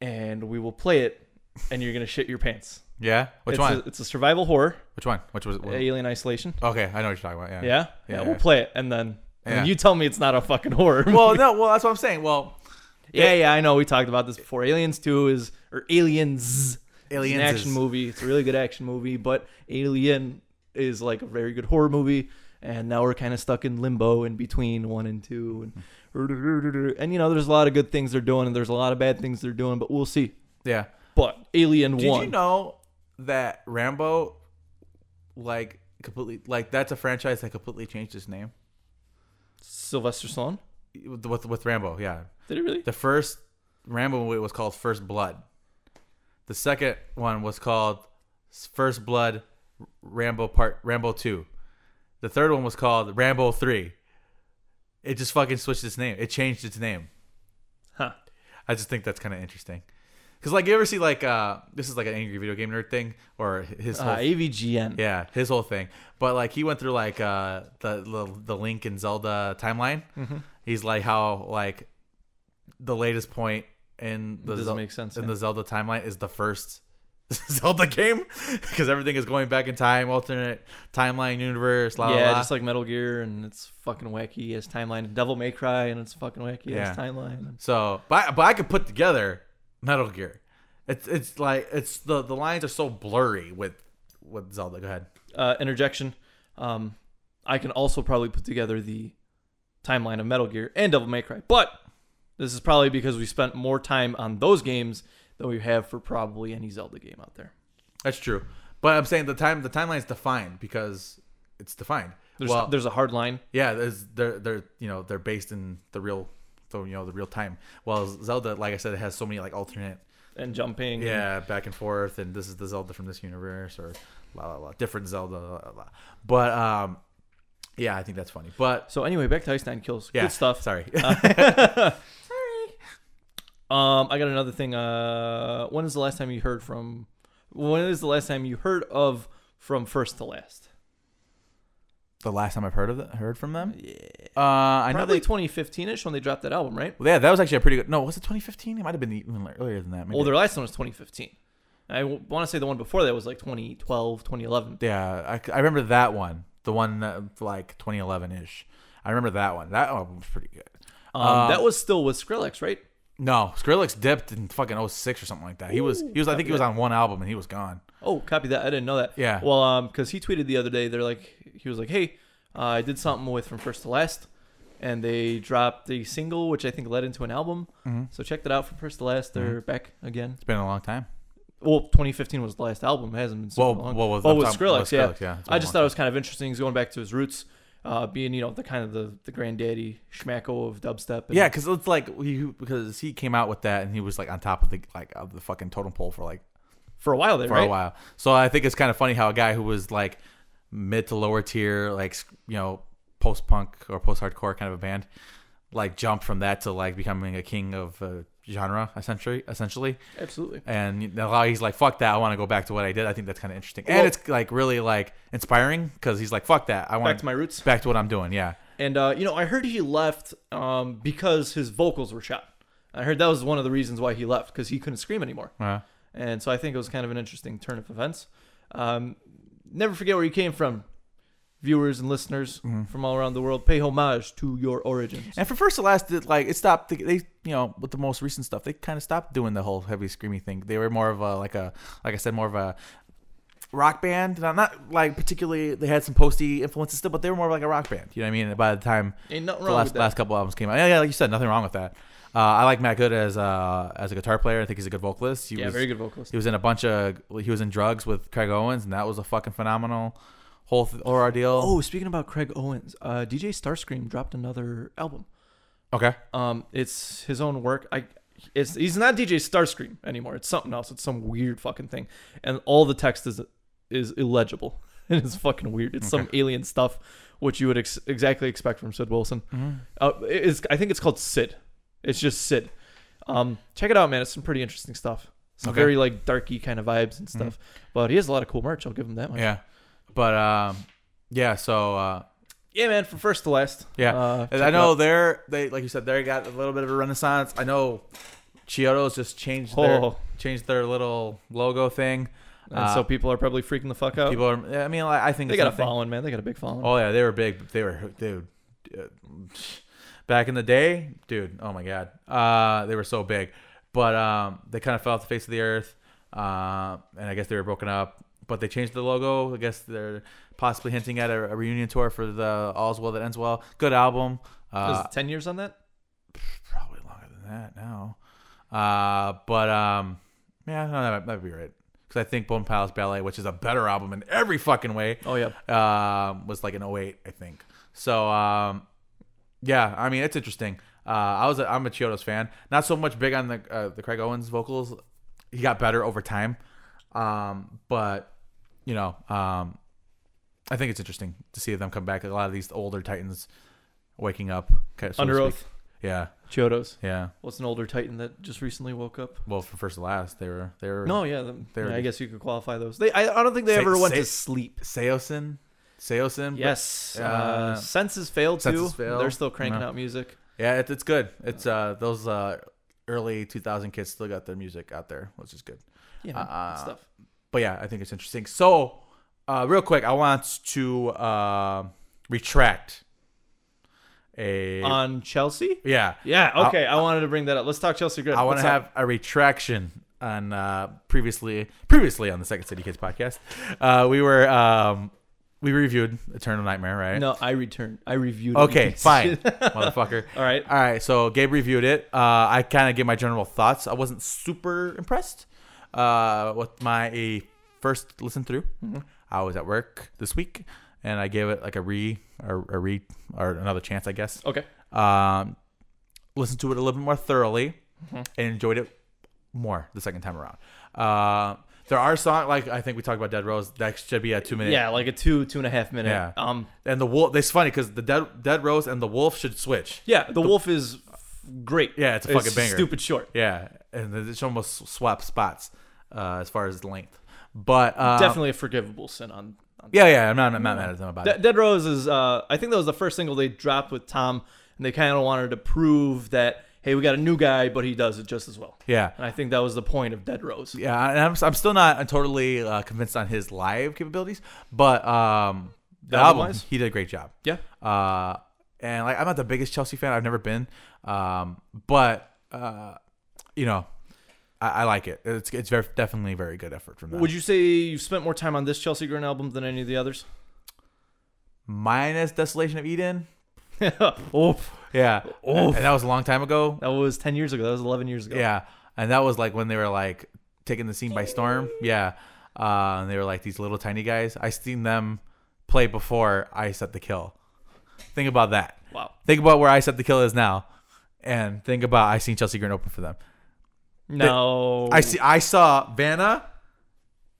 and we will play it, and you're gonna shit your pants. yeah. Which it's one? A, it's a survival horror, uh, Which one? Which was? What? Alien Isolation. Okay, I know what you're talking about. Yeah. Yeah, Yeah, yeah, yeah. we'll play it, and then and Yeah. you tell me it's not a fucking horror. Well, no. Well, that's what I'm saying. Well, yeah, yeah, I know. We talked about this before. Aliens Two is or Aliens. It's Aliens an action is- movie. It's a really good action movie, but Alien is like a very good horror movie. And now we're kind of stuck in limbo in between one and two, and and you know, there's a lot of good things they're doing, and there's a lot of bad things they're doing, but we'll see. Yeah. But Alien Did One, you know that Rambo, like completely, like that's a franchise that completely changed its name Sylvester Stallone, with with Rambo. Yeah. did it really? The first Rambo movie was called First Blood. The second one was called First Blood Rambo Part Rambo 2. The third one was called Rambo 3. It just fucking switched its name. It changed its name. Huh. I just think that's kind of interesting. Cuz like you ever see like uh this is like an angry video game nerd thing or his whole Uh, AVGN. yeah, his whole thing. But like he went through like uh the the, the Link and Zelda timeline. Mm-hmm. He's like how like the latest point in the Doesn't Zel- make sense, in yeah. the Zelda timeline is the first Zelda game because everything is going back in time, alternate timeline universe. La, la, yeah, la. just like Metal Gear, and it's fucking wacky as timeline. Devil May Cry, and it's fucking wacky Yeah. as timeline. So, but I, but I could put together Metal Gear. It's it's like it's the the lines are so blurry with with Zelda. Go ahead. uh, interjection. Um, I can also probably put together the timeline of Metal Gear and Devil May Cry, but this is probably because we spent more time on those games than we have for probably any Zelda game out there. That's true. But I'm saying the time the timeline is defined because it's defined. There's well, there's a hard line. yeah, there's they're they're you know they're based in the real, so you know the real time. While Zelda, like I said, it has so many like alternate, and jumping. yeah, back and forth, and this is the Zelda from this universe or la la la different Zelda, la, la, la. but um, yeah, I think that's funny. But oh, So anyway, back to Ice Nine Kills. yeah, Good stuff. Sorry, Um, I got another thing. Uh, when is the last time you heard from? When is the last time you heard of from first to last? The last time I've heard of the, heard from them. Yeah, Uh, I know probably they. 2015ish when they dropped that album, right? Well, yeah, that was actually a pretty good. No, was it 2015? It might have been even earlier than that. Maybe. Well, their last one was 2015. I want to say the one before that was like 2012, 2011. Yeah, I, c- I remember that one. The one that, for like 2011 ish. I remember that one. That one was pretty good. Um, Uh, that was still with Skrillex, right? No, Skrillex dipped in fucking 06 or something like that. He was he was I think he was on one album and he was gone. Oh, copy that. I didn't know that. Yeah. Well, um, because he tweeted the other day, they're like, he was like, hey, uh, I did something with from first to last, and they dropped the single, which I think led into an album. So check that out from first to last. They're back again. Mm-hmm. It's been a long time. Well, 2015 was the last album. It hasn't been so Well, long. well, with- oh, I'm with talking- Skrillex, with yeah. Skrillex, yeah. It's been I a just long thought it was kind of interesting. He's going back to his roots, uh, being you know the kind of the the granddaddy schmacko of dubstep. And, Yeah, because it's like he because he came out with that and he was like on top of the like of the fucking totem pole for like For a while there, for right? a while. So I think it's kind of funny how a guy who was like mid to lower tier, like you know, post punk or post hardcore kind of a band, like jumped from that to like becoming a king of uh, genre essentially. Essentially, Absolutely. and now he's like, "Fuck that! I want to go back to what I did." I think that's kind of interesting, Well- and it's like really like inspiring because he's like, "Fuck that! I want Back to my roots. back to what I'm doing." Yeah, And uh, you know, I heard he left um, because his vocals were shot. I heard that was one of the reasons why he left because he couldn't scream anymore. uh, And so I think it was kind of an interesting turn of events. Um, never forget where you came from, viewers and listeners Mm-hmm. from all around the world. Pay homage to your origins. and for first to last, it, like it stopped. They, they, you know, with the most recent stuff, they kind of stopped doing the whole heavy screamy thing. They were more of a like a like I said, more of a rock band. Not, not like particularly. They had some posty influences still, but they were more of like a rock band. You know what I mean? And by the time Ain't nothing the wrong with last that. last couple albums came out, yeah, yeah, like you said, nothing wrong with that. Uh, I like Matt Good as uh, as a guitar player. I think he's a good vocalist. He yeah, was, very good vocalist. He was uh, in a bunch of he was in drugs with Craig Owens, and that was a fucking phenomenal whole th- whole ordeal. Oh, speaking about Craig Owens, uh, DJ Starscream dropped another album. Okay, Um, it's his own work. I, it's he's not DJ Starscream anymore. It's something else. It's some weird fucking thing, and all the text is is illegible. And it's fucking weird. It's some alien stuff, which you would ex- exactly expect from Sid Wilson. Uh, it is I think it's called Sid. It's just Sid. Um, check it out, man. It's some pretty interesting stuff. Some Okay. Mm-hmm. very like darky kind of vibes and stuff. But he has a lot of cool merch. I'll give him that much. yeah, but um, yeah, so uh, Yeah, man. From first to last. yeah, Uh, And check I it know out. they're they like you said they got a little bit of a renaissance. I know Chiodos just changed their Oh. changed their little logo thing. And Uh, so people are probably freaking the fuck out. people are. I mean, like, I think they it's got a nothing- following, man. They got a big following. Oh yeah, they were big. They were dude. uh, Back in the day, dude. Oh my god, uh, they were so big, but um, they kind of fell off the face of the earth, uh, and I guess they were broken up. But they changed the logo. I guess they're possibly hinting at a, a reunion tour for the All's Well That Ends Well. Good album. Uh, Was it 10 years on that? probably longer than that now. Uh, but um, yeah, no, that might be right. Because I think Bone Palace Ballet, which is a better album in every fucking way, Oh, yeah. um, was like an 08, I think. So, um, yeah, I mean, it's interesting. Uh, I was a, I'm a Chiodos fan. Not so much big on the uh, the Craig Owens vocals. He got better over time, um, but you know, um, I think it's interesting to see them come back. A lot of these older Titans waking up. okay, so to Under speak. Oath. Yeah, Chiodos. yeah. What's an older Titan that just recently woke up? Well, from first to last, they were they were No, yeah. the- There yeah, it I is. guess you could qualify those. They, I, I don't think they Sa- ever went sa- to sleep. Seosin, Seosin. Yes. Uh, uh, senses failed too. Senses Fail. They're still cranking No. out music. Yeah, it, it's good. It's uh those uh early 2000 kids still got their music out there, which is good. Yeah, Uh, stuff. But yeah, I think it's interesting. So, uh, real quick, I want to uh, retract a On Chelsea? yeah. Yeah, okay. I, wanted to bring that up. Let's talk Chelsea Grid. I want What's to up? have a retraction on uh, previously previously on the Second City Kids podcast. Uh, we were um, we reviewed Eternal Nightmare, right? No, I returned. I reviewed it. Okay, fine, motherfucker. All right. All right, so Gabe reviewed it. Uh, I kind of gave my general thoughts. I wasn't super impressed uh, with my first listen through. I was at work this week, and I gave it like a re or a re or another chance, I guess. Okay. Um, listened to it a little bit more thoroughly and enjoyed it more the second time around. Uh, there are songs like I think we talked about Dead Rose. That should be a two minute. Yeah, like a two, two and a half minute. Yeah. Um, And the wolf. It's funny because the dead, dead Rose and the wolf should switch. yeah, the, wolf is great. Yeah, it's a fucking banger. Stupid short. Yeah, and the show almost swap spots uh, as far as length, but uh, Definitely a forgivable sin on. on Yeah, yeah, I'm not, I'm not mad at them about De- it. Dead Rose is. Uh, I think that was the first single they dropped with Tom, and they kind of wanted to prove that hey, we got a new guy, but he does it just as well. Yeah, And I think that was the point of Dead Rose. yeah, and I'm, I'm still not totally uh, convinced on his live capabilities, but um, the Album album, wise? he did a great job. Yeah. Uh, and like I'm not the biggest Chelsea fan. I've never been. Um, but uh, you know, I, I like it. It's it's very, definitely very good effort from them. Would you say you spent more time on this Chelsea Green album than any of the others? Minus Desolation of Eden. Oof. Yeah. Oof. And that was a long time ago. That was 10 years ago. That was 11 years ago. Yeah. And that was like when they were like taking the scene by storm. Yeah. Uh, and they were like these little tiny guys. I seen them play before I set the kill. Think about that. Wow. Think about where I set the kill is now. And think about I seen Chelsea Green open for them. No. I see. I saw Vanna.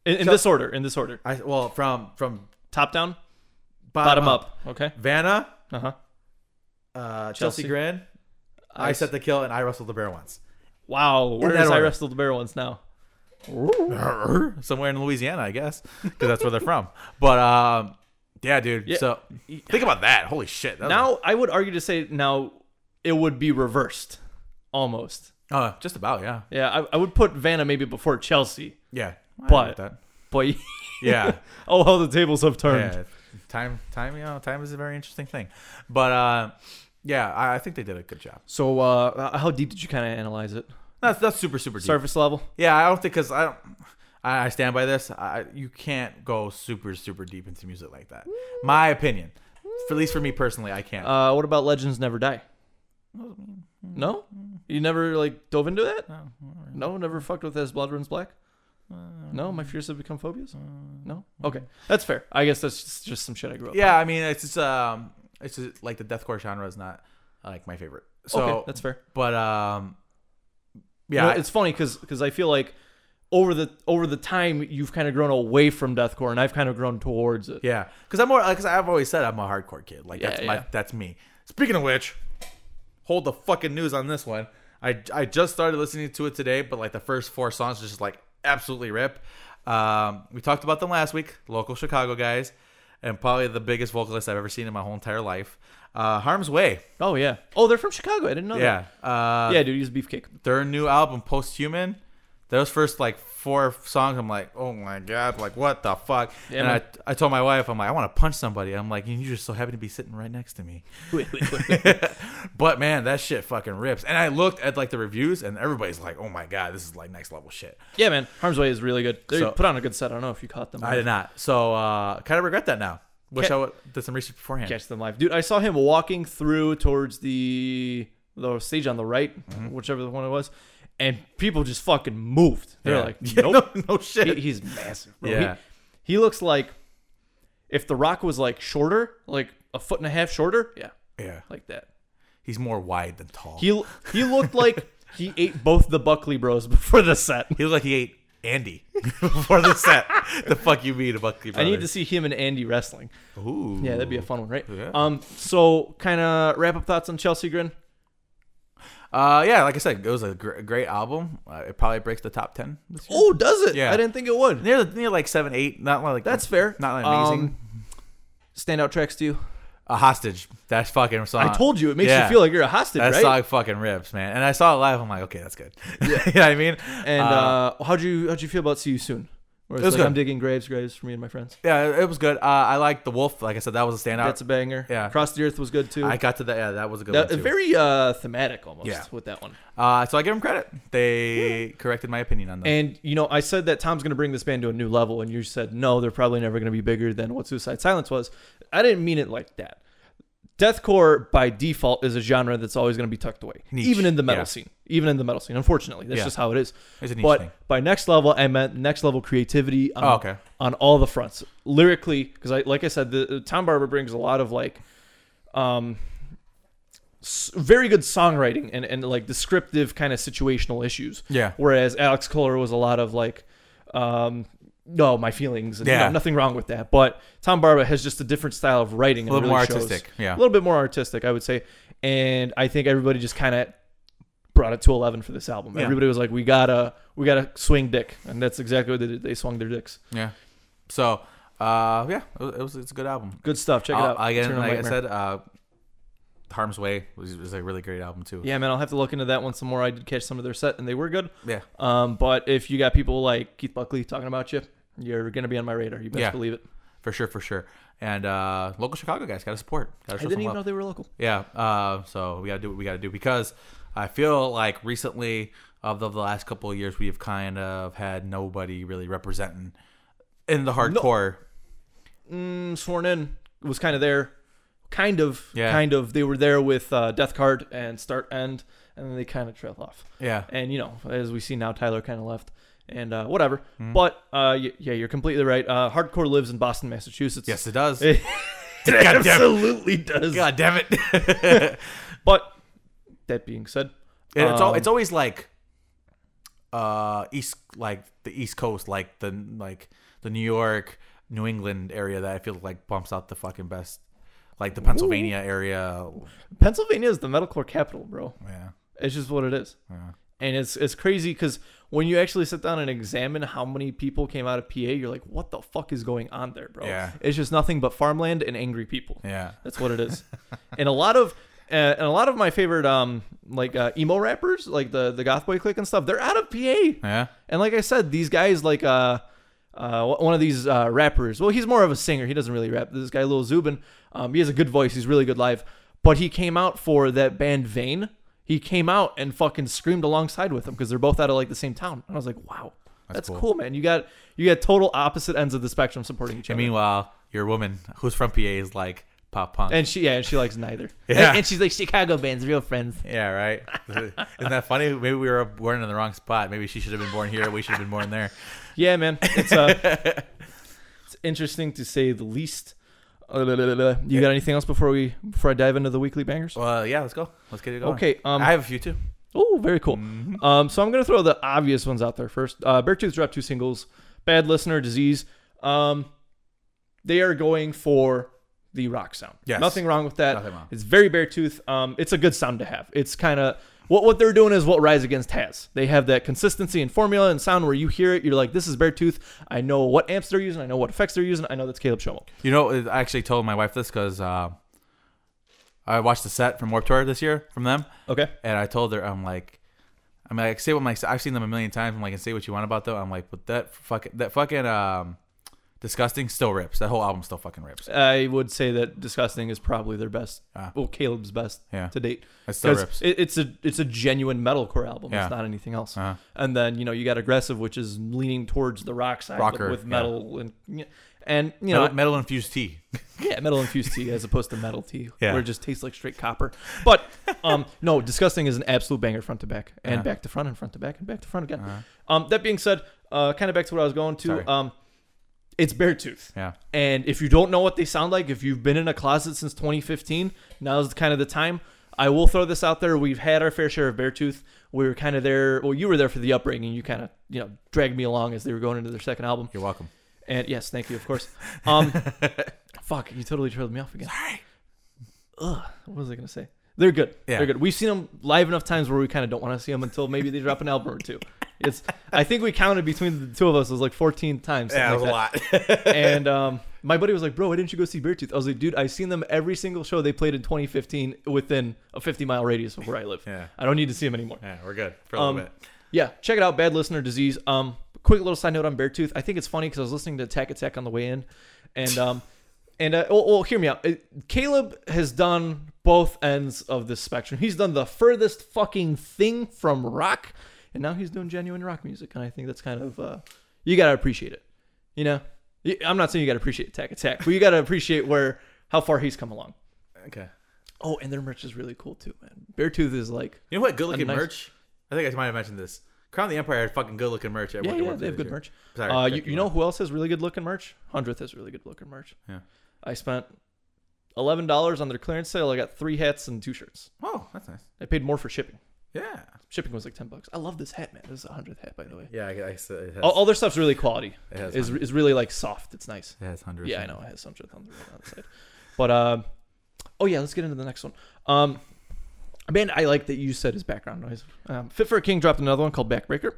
In, in this order. In this order. I well from from Top down, bottom, bottom up. Okay. Vanna, Uh huh. uh, Chelsea, Chelsea. Grin. I, I set the kill and I wrestled the bear once. Wow. Where that does I order. wrestle the bear once now? Somewhere in Louisiana, I guess, because that's where they're from. But um, yeah, dude. Yeah. So think about that. Holy shit. that was- Now, I would argue to say now it would be reversed almost. uh, just about yeah, Yeah. I, I would put Vanna maybe before Chelsea, yeah. I But- get that. but yeah, oh, how the tables have turned. yeah. Time, time, you know, time is a very interesting thing. But uh, yeah, I, I think they did a good job. So, uh, how deep did you kind of analyze it? That's that's super super deep. Surface level? Yeah, I don't think because I don't. I I stand by this. I, you can't go super super deep into music like that. My opinion, for, at least for me personally, I can't. Uh, what about Legends Never Die? Mm-hmm. No, you never like dove into that. No, never fucked with as blood runs black. Uh, No, my fears have become phobias. No, okay, that's fair. I guess that's just, just some shit I grew up. mm-hmm. yeah, I mean it's just um it's just, like the deathcore genre is not like my favorite. So, okay, that's fair. but um, You yeah, know, I- it's funny because I feel like over the over the time you've kind of grown away from deathcore and I've kind of grown towards it. yeah, because I'm more because I've always said I'm a hardcore kid. Like that's Yeah, my yeah. that's me. Speaking of which, hold the fucking news on this one. I I just started listening to it today, but like the first four songs just like absolutely rip. Um, we talked about them last week, local Chicago guys, and probably the biggest vocalist I've ever seen in my whole entire life. Uh, Harm's Way, Oh yeah. Oh, they're from Chicago. I didn't know yeah, uh, that. Yeah, dude, he's beefcake. their new album post human those first like four songs i'm like oh my god like what the fuck Yeah, and man. I, I told my wife i'm like i want to punch somebody i'm like you just so happen to be sitting right next to me but man that shit fucking rips and i looked at like the reviews and everybody's like oh my god this is like next level shit Yeah, man. Harm's Way is really good. They So- put on a good set. I don't know if you caught them. i did not so uh kind of regret that now wish Okay. i would did some research beforehand catch them live, dude. I saw him walking through towards the the stage on the right, Mm-hmm. whichever the one it was, and people just fucking moved. They're Yeah. like, Yeah, nope, no, no shit He- he's massive. Bro. Yeah. he, he looks like if The Rock was like shorter, like a foot and a half shorter, yeah, yeah like that. he's more wide than tall he, He he looked like he ate both the Buckley Bros before the set. looked like he ate andy before the set the fuck you mean about I need to see him and Andy wrestling. Ooh. Yeah, that'd be a fun one, right? Yeah. Um, so kind of wrap up thoughts on Chelsea Grin. Uh, yeah, like I said, it was a gr- great album. Uh, it probably breaks the top ten. This year. Oh, does it? Yeah. I didn't think it would. Near the, near like seven, eight. Not like That's fair. Um, Not amazing. standout tracks to you. Um, a hostage. That's fucking song. I told you it makes Uh, yeah. you feel like you're a hostage, that right? song fucking rips, man. And I saw it live. I'm like, okay, that's good. Yeah, you know what I mean, and uh, how'd you how'd you feel about "See You Soon"? Where it's It was like, good. I'm digging graves, graves for me and my friends. yeah, it was good. Uh, I liked the wolf. Like I said, that was a That's standout. a banger. yeah. Cross the Earth was good too. I got to that. Yeah, that was a good That- one too. very uh, thematic almost Yeah. with that one. uh, so I give them credit. They corrected my opinion on them. And you know, I said that Tom's going to bring this band to a new level, and you said no, they're probably never going to be bigger than what Suicide Silence was. I didn't mean it like that. Deathcore by default is a genre that's always going to be tucked away, Niche, even in the metal yeah. scene. Even in the metal scene, unfortunately, that's Yeah. just how it is. It's a niche but thing. by next level, I meant next level creativity. On, Oh, okay. on all the fronts, lyrically, because I like I said, the uh, Tom Barber brings a lot of like, um, s- very good songwriting and and like descriptive kind of situational issues. yeah, Whereas Alex Kohler was a lot of like, um, no, my feelings. And, you Yeah. know, nothing wrong with that. But Tom Barba has just a different style of writing. a little more artistic. A Yeah, little bit more artistic, I would say. And I think everybody just kind of brought it to 11 for this album. Yeah. Everybody was like, we gotta, we gotta swing dick, and that's exactly what they did. They swung their dicks. Yeah. So, uh, yeah, it was, it was it's a good album. Good stuff. Check it out. I'll- Again, Eternal like I Nightmare. said, uh, Harm's Way was, was a really great album too. yeah, man, I'll have to look into that one some more. I did catch some of their set, and they were good. Yeah. Um, but if you got people like Keith Buckley talking about you, you're gonna be on my radar. You best Yeah. believe it. for sure, for sure. And uh, local Chicago guys got to support. Gotta I show didn't some even love. know they were local. Yeah. Uh, so we gotta do what we gotta do because I feel like recently of the, the last couple of years we have kind of had nobody really representing in the hardcore. Mm, Sworn in was kind of there, kind of, Yeah. kind of. They were there with uh, Death Card and Start End, and then they kind of trailed off. Yeah. And you know, as we see now, Tyler kind of left, and uh, whatever. Mm-hmm. But uh, y- yeah, you're completely right. Uh, hardcore lives in Boston, Massachusetts. Yes, it does. It God damn it. absolutely does. God damn it. But that being said, And it's all, Um, it's always like uh east like the east coast like the like the New York, New England area that I feel like bumps out the fucking best. Like the Pennsylvania area. Pennsylvania is the metalcore capital, bro. Yeah. It's just what it is. Yeah. And it's it's crazy because when you actually sit down and examine how many people came out of PA, you're like, what the fuck is going on there, bro? Yeah. It's just nothing but farmland and angry people. Yeah. That's what it is. and a lot of uh, and a lot of my favorite um like uh, emo rappers, like the the goth boy clique and stuff, they're out of PA. Yeah. And like I said, these guys like uh, uh one of these uh, rappers. Well, he's more of a singer. He doesn't really rap. This guy Lil Zubin, um, he has a good voice. He's really good live. But he came out for that band Vane. He came out and fucking screamed alongside with them because they're both out of like the same town. And I was like, wow, that's, cool. cool. man. You got you got total opposite ends of the spectrum supporting each And other. meanwhile, your woman who's from PA is like pop punk. and she yeah, and she likes neither. Yeah. And, and she's like Chicago bands, real friends. yeah, right. Isn't that funny? Maybe we were born in the wrong spot. Maybe she should have been born here. We should have been born there. Yeah, man. It's uh, it's interesting to say the least. Uh, You got anything else before we before I dive into the weekly bangers? Well, yeah, let's go. Let's get it going. Okay. Um. Oh I Mm-hmm. have a few too. oh, very cool. Um. So I'm gonna throw the obvious ones out there first. Uh, Beartooth dropped two singles. Bad listener, disease. Um, they are going for the rock sound. Yes. Nothing wrong with that. Nothing wrong. It's very Beartooth. Um. It's a good sound to have. It's kind of what what they're doing is what Rise Against has. They have that consistency and formula and sound where you hear it, you're like, this is Beartooth. I know what amps they're using. I know what effects they're using. I know that's Caleb Schomel. You know, I actually told my wife this because uh, I watched the set from Warped Tour this year from them, Okay. and I told her I'm like, I'm like, say what my I've seen them a million times. I'm like, and say what you want about them. I'm like, but that fucking that fucking um, disgusting still rips. That whole album still fucking rips. I would say that disgusting is probably their best. well, Caleb's best Ah. Yeah. to date. It still 'Cause rips. it- it's a it's a genuine metalcore album. Yeah. It's not anything else. Uh-huh. And then you know you got aggressive, which is leaning towards the rock side but Rocker, with yeah. metal and and you know Metal, metal infused tea. yeah, metal infused tea as opposed to metal tea, Yeah. where it just tastes like straight copper. But um, no, disgusting is an absolute banger front to back and Uh-huh. back to front and front to back and back to front again. Um, that being said, uh, kind of back to what I was going to. Sorry. Um, it's bare tooth. Yeah. And if you don't know what they sound like, if you've been in a closet since 2015, now's kind of the time. I will throw this out there. We've had our fair share of Beartooth. We were kind of there. Well, you were there for the upbringing. You kind of, you know, dragged me along as they were going into their second album. You're welcome. And yes, thank you, of course. Um, fuck, you totally trailed me off again. Sorry. Ugh, what was I gonna say? They're good. Yeah. They're good. We've seen them live enough times where we kind of don't want to see them until maybe they drop an album or two. It's. I think we counted between the two of us it was like 14 times. something Yeah, like that was a lot. and um, my buddy was like, "Bro, why didn't you go see Beartooth?" I was like, "Dude, I've seen them every single show they played in 2015 within a 50 mile radius of where I live. Yeah. I don't need to see them anymore." Yeah, we're good for a little Um, bit. Yeah, check it out. Bad listener disease. Um, quick little side note on Beartooth. I think it's funny because I was listening to Attack Attack on the way in, and um, and uh, well, well, hear me out. It- Caleb has done both ends of this spectrum. He's done the furthest fucking thing from rock, and now he's doing genuine rock music. And I think that's kind of uh, you gotta appreciate it. You know, Y- I'm not saying you gotta appreciate Attack Attack, but you gotta appreciate where how far he's come along. Okay. Oh, and their merch is really cool too, man. Beartooth is like, You know what? Good looking nice- merch. I think I might have mentioned this. Crown of the Empire had fucking good looking merch. At yeah, Wicked yeah, World they have this good year. merch. Sorry, Uh, you, Jackie you know went. who else has really good looking merch? Hundredth has really good looking merch. Yeah. I spent eleven dollars on their clearance sale. I got three hats and two shirts. Oh, that's nice. I paid more for shipping. Yeah. Shipping was like ten bucks. I love this hat, man. This is a hundredth hat, by the way. Yeah, I guess it has, All, all their stuff's really quality. It has Oh, Is is really like soft. It's nice. it has hundreds. Yeah, I know. It has some uh, shit on the outside. But um, oh yeah, let's get into the next one. Um, band I like that you said is background noise. Um, Fit for a King dropped another one called Backbreaker.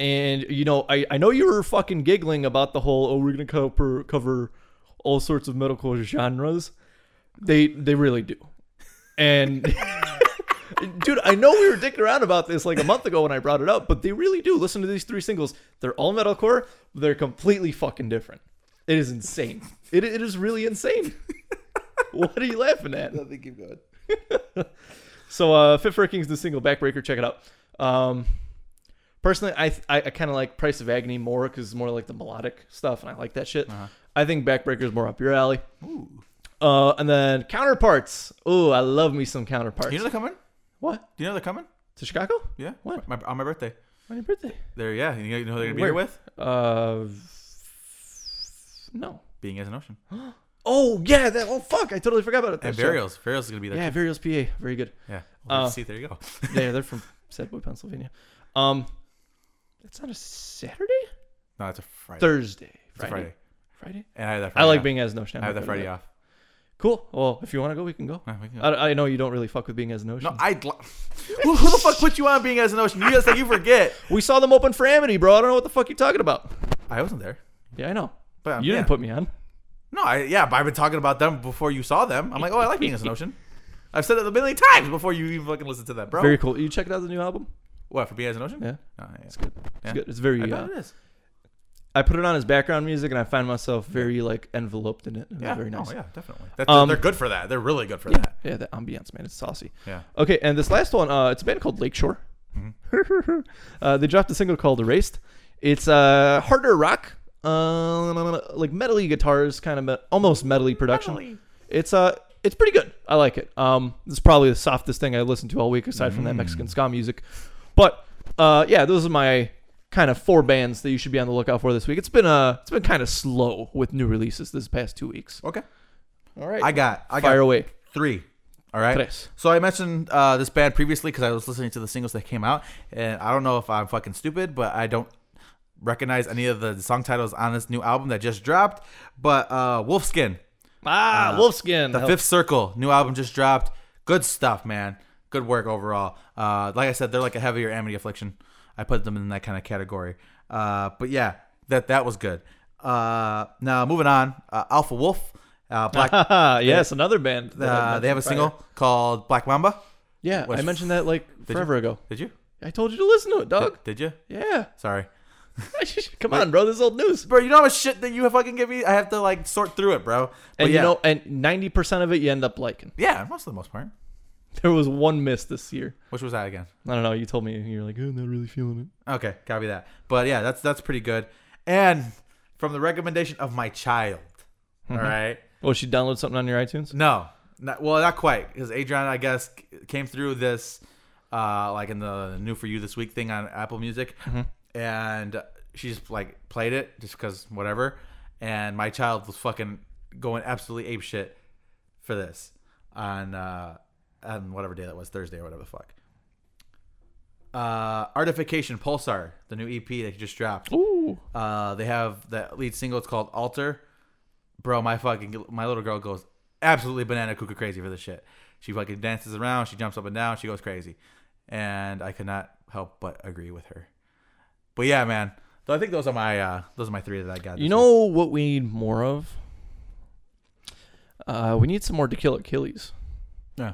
And, you know, I, I know you were fucking giggling about the whole, oh, we're going to cover, cover all sorts of metalcore genres. They, they really do. And, dude, I know we were dicking around about this like a month ago when I brought it up, but they really do. Listen to these three singles. They're all metalcore, they're completely fucking different. It is insane. It, it is really insane. what are you laughing at? Nothing. Keep going. So uh, Fit for a King's the single backbreaker. Check it out. Um, personally, I I, I kind of like Price of Agony more because it's more like the melodic stuff, and I like that shit. I think Backbreaker is more up your alley. Uh-huh. Ooh. Uh, and then Counterparts. Oh, I love me some Counterparts. Do you know they're coming? what Do you know they're coming? to Chicago Yeah. What? My, on my birthday. on your birthday? They're yeah. You know, you know who they're gonna be Where? here with? Uh, f- no. Being as an ocean. Oh yeah, that. Oh fuck, I totally forgot about it. And That's right. burials. Burials is gonna be there. Yeah, Varials, PA. Very good. Yeah. Uh, see, there you go. Yeah, they're from Sad Boy, Pennsylvania. Um, it's on a Saturday, no, it's a Friday. Thursday, It's a Friday, Friday. And I have that. I Friday like off. being as no Ocean. I have that Friday off. Cool. Well, if you want to go, we can go. Yeah, we can go. I, I know you don't really fuck with being as an ocean. No, I. who, who the fuck put you on being as an ocean? You guys like you forget. we saw them open for Amity, bro. I don't know what the fuck you're talking about. I wasn't there. Yeah, I know. But um, you yeah. didn't put me on. No, I, yeah, but I've been talking about them before you saw them. I'm like, oh, I like being as an ocean. I've said that a million times before you even fucking listened to that, bro. Very cool. You checked out the new album? What for being as an ocean? Yeah. Oh, yeah. It's good. It's Yeah. good. It's very. I I, bet uh, it is. I put it on as background music, and I find myself very like enveloped in it. It was Yeah. very nice. Oh, yeah, definitely. That's, Um, they're good for that. They're really good for yeah. that. Yeah, the ambiance, man, it's saucy. Yeah. Okay, and this last one, uh, it's a band called Lakeshore. uh, they dropped a single called Erased. It's uh, harder rock, uh, like metally guitars, kind of me- almost metally production. It's uh, it's pretty good. I like it. Um, this is probably the softest thing I listened to all week, aside from that Mexican ska music. But uh, yeah, those are my kind of four bands that you should be on the lookout for this week. It's been uh, it's been kind of slow with new releases this past two weeks. Okay. All right, I got. I got fire away. three. All right. Tres. So I mentioned uh, this band previously because I was listening to the singles that came out, and I don't know if I'm fucking stupid, but I don't recognize any of the song titles on this new album that just dropped. But uh, Wolfskin, Ah, Wolfskin. the Fifth Circle, new album just dropped. Good stuff, man. Good work overall. Uh, like I said, they're like a heavier Amity Affliction. I put them in that kind of category. Uh, but yeah, that that was good. Uh, now moving on, uh, Alpha Wolf, uh, Black. uh, Ah, yes, another band. that I they have a mentioned single prior. called Black Mamba. Yeah, was- I mentioned that like you? forever ago. Did you? I told you to listen to it, dog. Did you? Yeah. Sorry. Come on, bro. This is old news. Bro, you know how much shit that you fucking give me? I have to like sort through it, bro. But And yeah. you know, and ninety percent of it you end up liking. yeah, most of the most part. There was one miss this year. Which was that again? I don't know. You told me you're like, oh, I'm not really feeling it. Okay, copy that. But yeah, that's that's pretty good. And from the recommendation of my child. all right. Oh, she downloaded something on your iTunes. No, not, well, not quite, because Adrian, I guess, c- came through this, uh, like in the new for you this week thing on Apple Music, and she's like played it just because whatever, and my child was fucking going absolutely ape shit for this on uh, on whatever day that was Thursday or whatever the fuck. Uh, Artification Pulsar, the new EP that just dropped. Ooh. Uh, they have the lead single. It's called Alter. Bro, my fucking my little girl goes absolutely banana cuckoo crazy for this shit. She fucking dances around. She jumps up and down. She goes crazy, and I could not help but agree with her. But yeah, man. So I think those are my uh, those are my three that I got. You this know what we need more of? Uh, we need some more To Kill Achilles. week. yeah,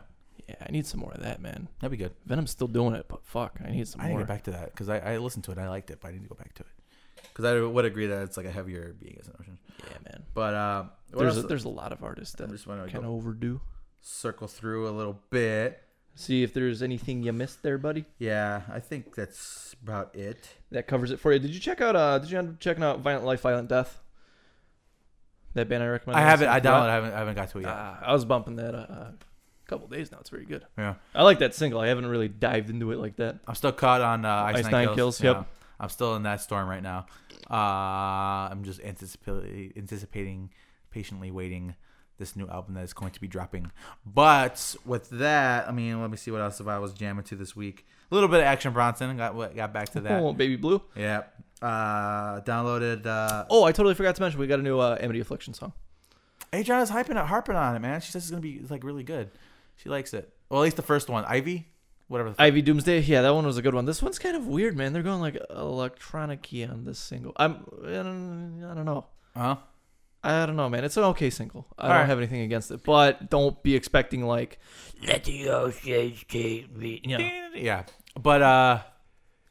Yeah, I need some more of that, man. that'd be good. Venom's still doing it, but fuck, I need some I need to more. get back to that because I, I listened to it. I liked it, but I need to go back to it because I would agree that it's like a heavier being as an ocean. Yeah, man. But um, what There's a, else? there's a lot of artists that I'm just wanna kind go- of overdue. circle through a little bit. See if there's anything you missed there, buddy. Yeah, I think that's about it. That covers it for you. Did you check out? uh Did you end up checking out Violent Life, Violent Death? That band I recommend. I haven't. I downloaded. I haven't. I haven't got to it yet. I was bumping that uh, uh, a couple days now. It's very good. yeah, I like that single. I haven't really dived into it like that. I'm still caught on uh, Ice, Ice Nine, Nine Kills. Kills, yeah. yep. I'm still in that storm right now. Uh, I'm just anticipating, anticipating, patiently waiting this new album that is going to be dropping. But with that, I mean, let me see what else if I was jamming to this week. A little bit of Action Bronson. Got got back to that. Oh, Baby Blue. Yeah. Uh, downloaded. Uh, Oh, I totally forgot to mention we got a new uh, Amity Affliction song. Adriana's hyping it, harping on it, man. She says it's gonna be like really good. She likes it. Well, at least the first one, Ivy, whatever. The Ivy Doomsday. Yeah, that one was a good one. This one's kind of weird, man. They're going like electronic on this single. I'm I don't I don't know. huh? I don't know, man. It's an okay single. I don't Alright. have anything against it, but don't be expecting like Let the oceans take me. yeah. Yeah, but uh,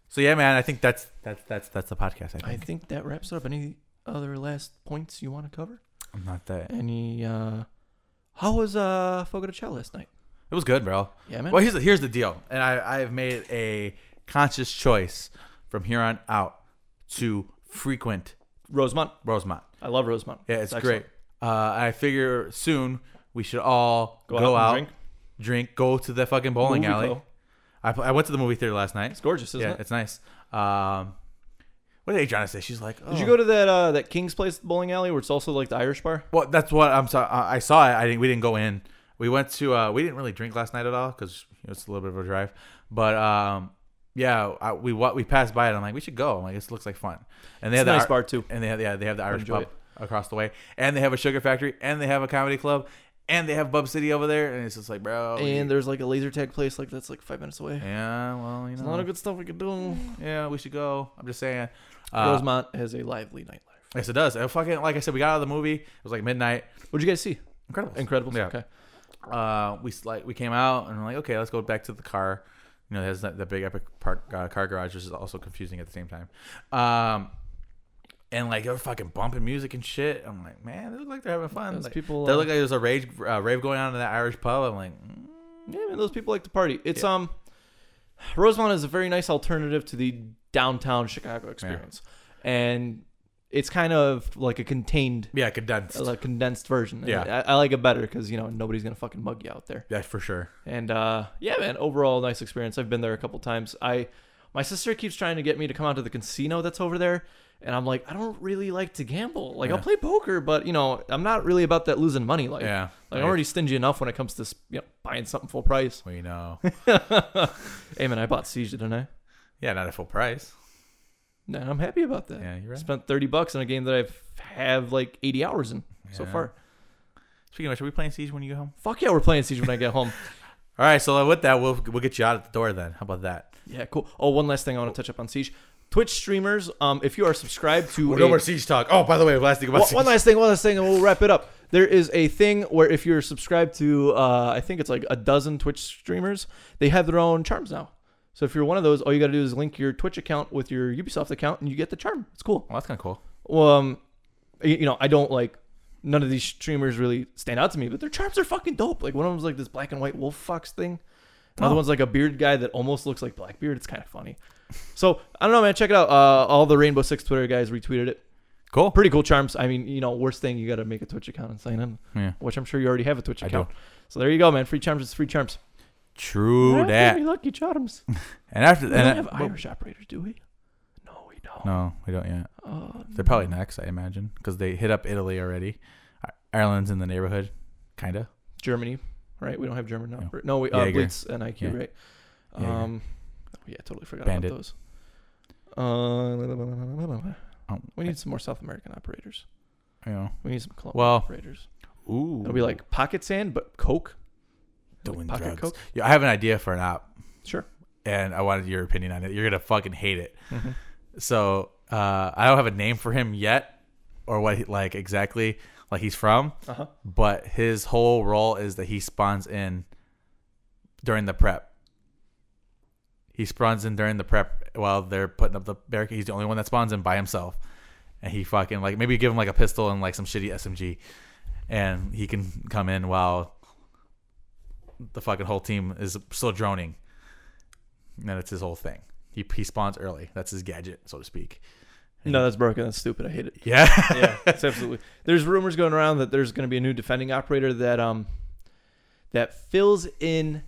so yeah, man, I think that's that's that's that's the podcast. I think I think that wraps it up. Any other last points you want to cover? I'm not that. Any uh how was uh Fogo de Chao last night? It was good, bro. Yeah, man. Well, here's the, here's the deal, and I I have made a conscious choice from here on out to frequent Rosemont. Rosemont. I love Rosemont. Yeah, it's, excellent. great. Uh, I figure soon we should all go, out, and drink. go to the fucking bowling Movie alley. go. I, pl- I went to the movie theater last night. It's gorgeous, isn't yeah, it? it's nice. Um, what did Adriana say? She's like, oh. Did you go to that uh that King's Place bowling alley where it's also like the Irish bar? Well, that's what I'm sorry. I I saw it. I didn't. We didn't go in. We went to. Uh, we didn't really drink last night at all because you know, it's a little bit of a drive. But um, yeah, I, we what we passed by it. I'm like, we should go. I'm like, this looks like fun. And they It's have a the nice Ar- bar too. And they have yeah, they have the Irish enjoy pub across the way, and they have a sugar factory, and they have a comedy club, and they have Bub City over there. And it's just like, bro. we- And there's like a laser tag place like that's like five minutes away. Oh, yeah, Uh, well, you There's a lot know, of good stuff we could do. yeah, we should go. I'm just saying. Uh, Rosemont has a lively nightlife. yes, it does. And fucking like I said, we got out of the movie. It was like midnight. What'd you guys see? Incredible. Incredibles. Yeah. Okay. uh, we s- like we came out and we're like, okay, let's go back to the car. You know, it has that, that big epic park uh, car garage, which is also confusing at the same time. Um, and like they're fucking bumping music and shit. I'm like, man, they look like they're having fun. Those Like, people, they uh, look like there's a rage uh, rave going on in that Irish pub. I'm like, mm, Yeah, man, those people like to party. It's um, Rosemont is a very nice alternative to the downtown Chicago experience, and it's kind of like a contained, yeah, condensed. like condensed version. And Yeah. I, I like it better because you know nobody's gonna fucking mug you out there. yeah, for sure. And uh, yeah, man, overall nice experience. I've been there a couple times. I my sister keeps trying to get me to come out to the casino that's over there, and I'm like, I don't really like to gamble. Like I'll play poker, but you know, I'm not really about that losing money. Like, Yeah. like I'm already stingy enough when it comes to you know, buying something full price. We know. Hey man, I bought Siege, didn't I? yeah, not at full price. No, I'm happy about that. Yeah, you're right. Spent thirty bucks on a game that I've have like eighty hours in so Yeah. far. Speaking of which, are we playing Siege when you go home? Fuck yeah, we're playing Siege when I get home. All right, so uh, with that, we'll we'll get you out at the door then. How about that? yeah, cool. Oh, one last thing I want to touch up on Siege. Twitch streamers, um, if you are subscribed to Well, a- no more Siege talk. Oh, by the way, last thing about one, Siege. one last thing, one last thing, and we'll wrap it up. There is a thing where if you're subscribed to, uh, I think it's like a dozen Twitch streamers, they have their own charms now. So if you're one of those, all you got to do is link your Twitch account with your Ubisoft account, and you get the charm. It's cool. well, that's kind of cool. Well, um, y- you know, I don't like none of these streamers really stand out to me, but their charms are fucking dope. Like one of them's like this black and white wolf fox thing. Another Oh. one's like a beard guy that almost looks like Blackbeard. It's kind of funny. So I don't know, man. Check it out. Uh, all the Rainbow Six Twitter guys retweeted it. Cool. Pretty cool charms. I mean, you know, worst thing you got to make a Twitch account and sign in, Yeah. which I'm sure you already have a Twitch I account. So there you go, man. Free charms is free charms. True Not that. very lucky charms. And after We don't and have Irish operators, do we? No, we don't. No, we don't yet. Oh, They're probably next, I imagine, because they hit up Italy already. I- Ireland's in the neighborhood, kind of. Germany. Germany, right? We don't have German now. Yeah. No, we uh, Jaeger. Blitz and IQ, Yeah. right? Jaeger. Um, yeah, I totally forgot Bandit. about those. Uh, Um, we need some more South American operators. You know, We need some Colombian Well, operators. ooh, It'll be like pocket sand, but Coke. doing like pocket drugs. Coke. Yeah, I have an idea for an app, Sure. and I wanted your opinion on it. You're gonna fucking hate it. Mm-hmm. So uh, I don't have a name for him yet, or what he, like exactly like he's from, Uh huh. but his whole role is that he spawns in during the prep. He spawns in during the prep while they're putting up the barricade. He's the only one that spawns in by himself, and he fucking like maybe give him like a pistol and like some shitty SMG, and he can come in while the fucking whole team is still droning. And that's his whole thing. He he spawns early. That's his gadget, so to speak. No, that's broken. That's stupid. I hate it. Yeah. Yeah, it's absolutely. There's rumors going around that there's going to be a new defending operator that um that fills in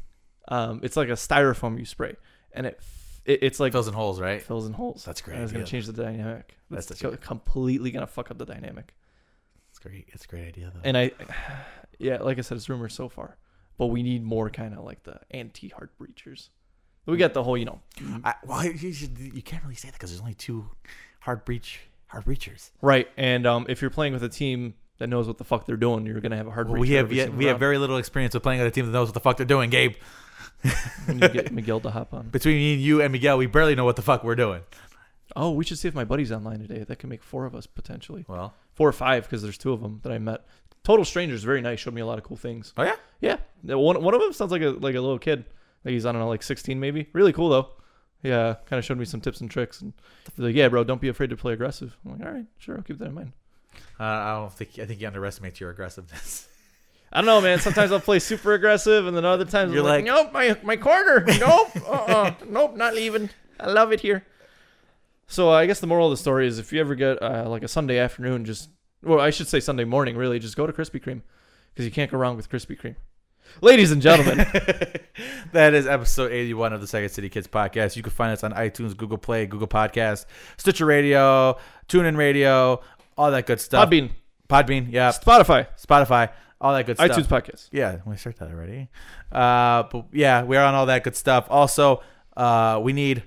um it's like a styrofoam you spray and it f- it, it's like Fills in holes, right? fills in holes. That's great. And it's going Yeah. to change the dynamic. That's That's, the co- completely going to fuck up the dynamic. It's great. It's a great idea though. And I, yeah, like I said, it's rumors so far, but we need more kind of like the anti heart breachers. Hmm. We got the whole, you know, I, well, you, should, you can't really say that because there's only two hard breach hard breachers. right. And um, if you're playing with a team that knows what the fuck they're doing, you're gonna have a hard. Well, reach we for have every yet, single we have round. very little experience with playing on a team that knows what the fuck they're doing, Gabe. We need to get Miguel to hop on. Between me and you and Miguel, we barely know what the fuck we're doing. Oh, we should see if my buddy's online today. That can make four of us potentially, Well, four or five, because there's two of them that I met. Total strangers, very nice. Showed me a lot of cool things. oh yeah, Yeah, the one one of them sounds like a like a little kid. Like he's I don't know, like 16 maybe. Really cool though. Yeah, kind of showed me some tips and tricks, and he's like, "Yeah, bro, don't be afraid to play aggressive." I'm like, "All right, sure, I'll keep that in mind." uh, I don't think I think you underestimate your aggressiveness. I don't know, man. Sometimes I'll play super aggressive, and then other times You're I'm like, "Nope, my my corner. Nope, uh-uh. nope, not leaving. I love it here." So uh, I guess the moral of the story is, if you ever get uh, like a Sunday afternoon, just well, I should say Sunday morning, really, just go to Krispy Kreme because you can't go wrong with Krispy Kreme. Ladies and gentlemen, that is episode 81 of the Second City Kids podcast. You can find us on iTunes, Google Play, Google Podcast, Stitcher Radio, TuneIn Radio, all that good stuff. Podbean, Podbean, yeah, Spotify, Spotify, all that good iTunes stuff. podcast. Yeah, we start that already. Uh, but yeah, we're on all that good stuff. Also, uh, we need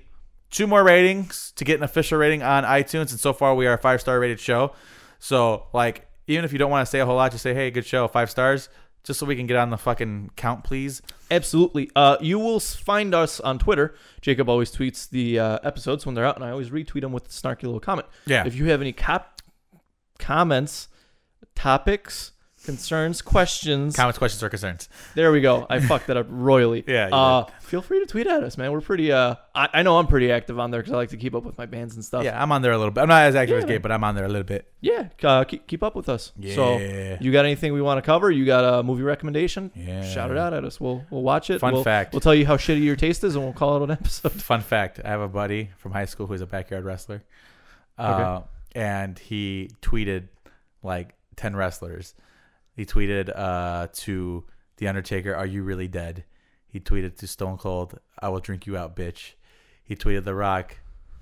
two more ratings to get an official rating on iTunes, and so far we are a five star rated show. So like, even if you don't want to say a whole lot, just say, "Hey, good show, five stars," just so we can get on the fucking count, please. Absolutely. Uh, you will s- find us on Twitter. Jacob always tweets the uh, episodes when they're out, and I always retweet them with a snarky little comment. Yeah. If you have any cop- comments, topics, concerns, questions, Comments, questions, or concerns. there we go. I fucked that up royally. Yeah, you Uh, feel free to tweet at us, man. We're pretty. Uh, I, I know I'm pretty active on there because I like to keep up with my bands and stuff. Yeah, I'm on there a little bit. I'm not as active as Yeah. Gabe, but I'm on there a little bit. Yeah. Uh, keep, keep up with us. Yeah. So you got anything we want to cover? You got a movie recommendation? Yeah. Shout it out at us. We'll we'll watch it. Fun We'll- fact. We'll tell you how shitty your taste is, and we'll call it an episode. Fun fact: I have a buddy from high school who's a backyard wrestler, uh, and he tweeted like ten wrestlers. He tweeted uh, to the Undertaker, "Are you really dead?" He tweeted to Stone Cold, "I will drink you out, bitch." He tweeted The Rock,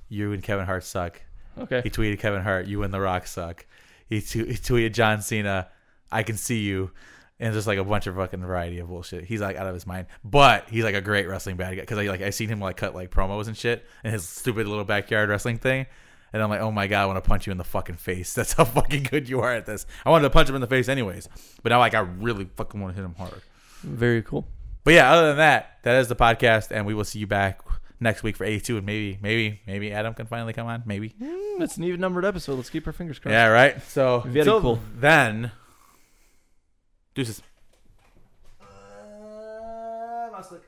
"You and Kevin Hart suck." Okay. He tweeted Kevin Hart, "You and The Rock suck." He, t- he tweeted John Cena, "I can see you," and just like a bunch of fucking variety of bullshit. He's like out of his mind, but he's like a great wrestling bad guy because I like I seen him like cut like promos and shit in his stupid little backyard wrestling thing. And I'm like, oh my god, I want to punch you in the fucking face. That's how fucking good you are at this. I wanted to punch him in the face anyways, but now like I really fucking want to hit him hard. Very cool. But yeah, other than that, that is the podcast, and we will see you back next week for 82, and maybe, maybe, maybe Adam can finally come on, maybe. Mm, it's an even numbered episode. Let's keep our fingers crossed. Yeah, right. So Very till cool. then, Uh, deuces.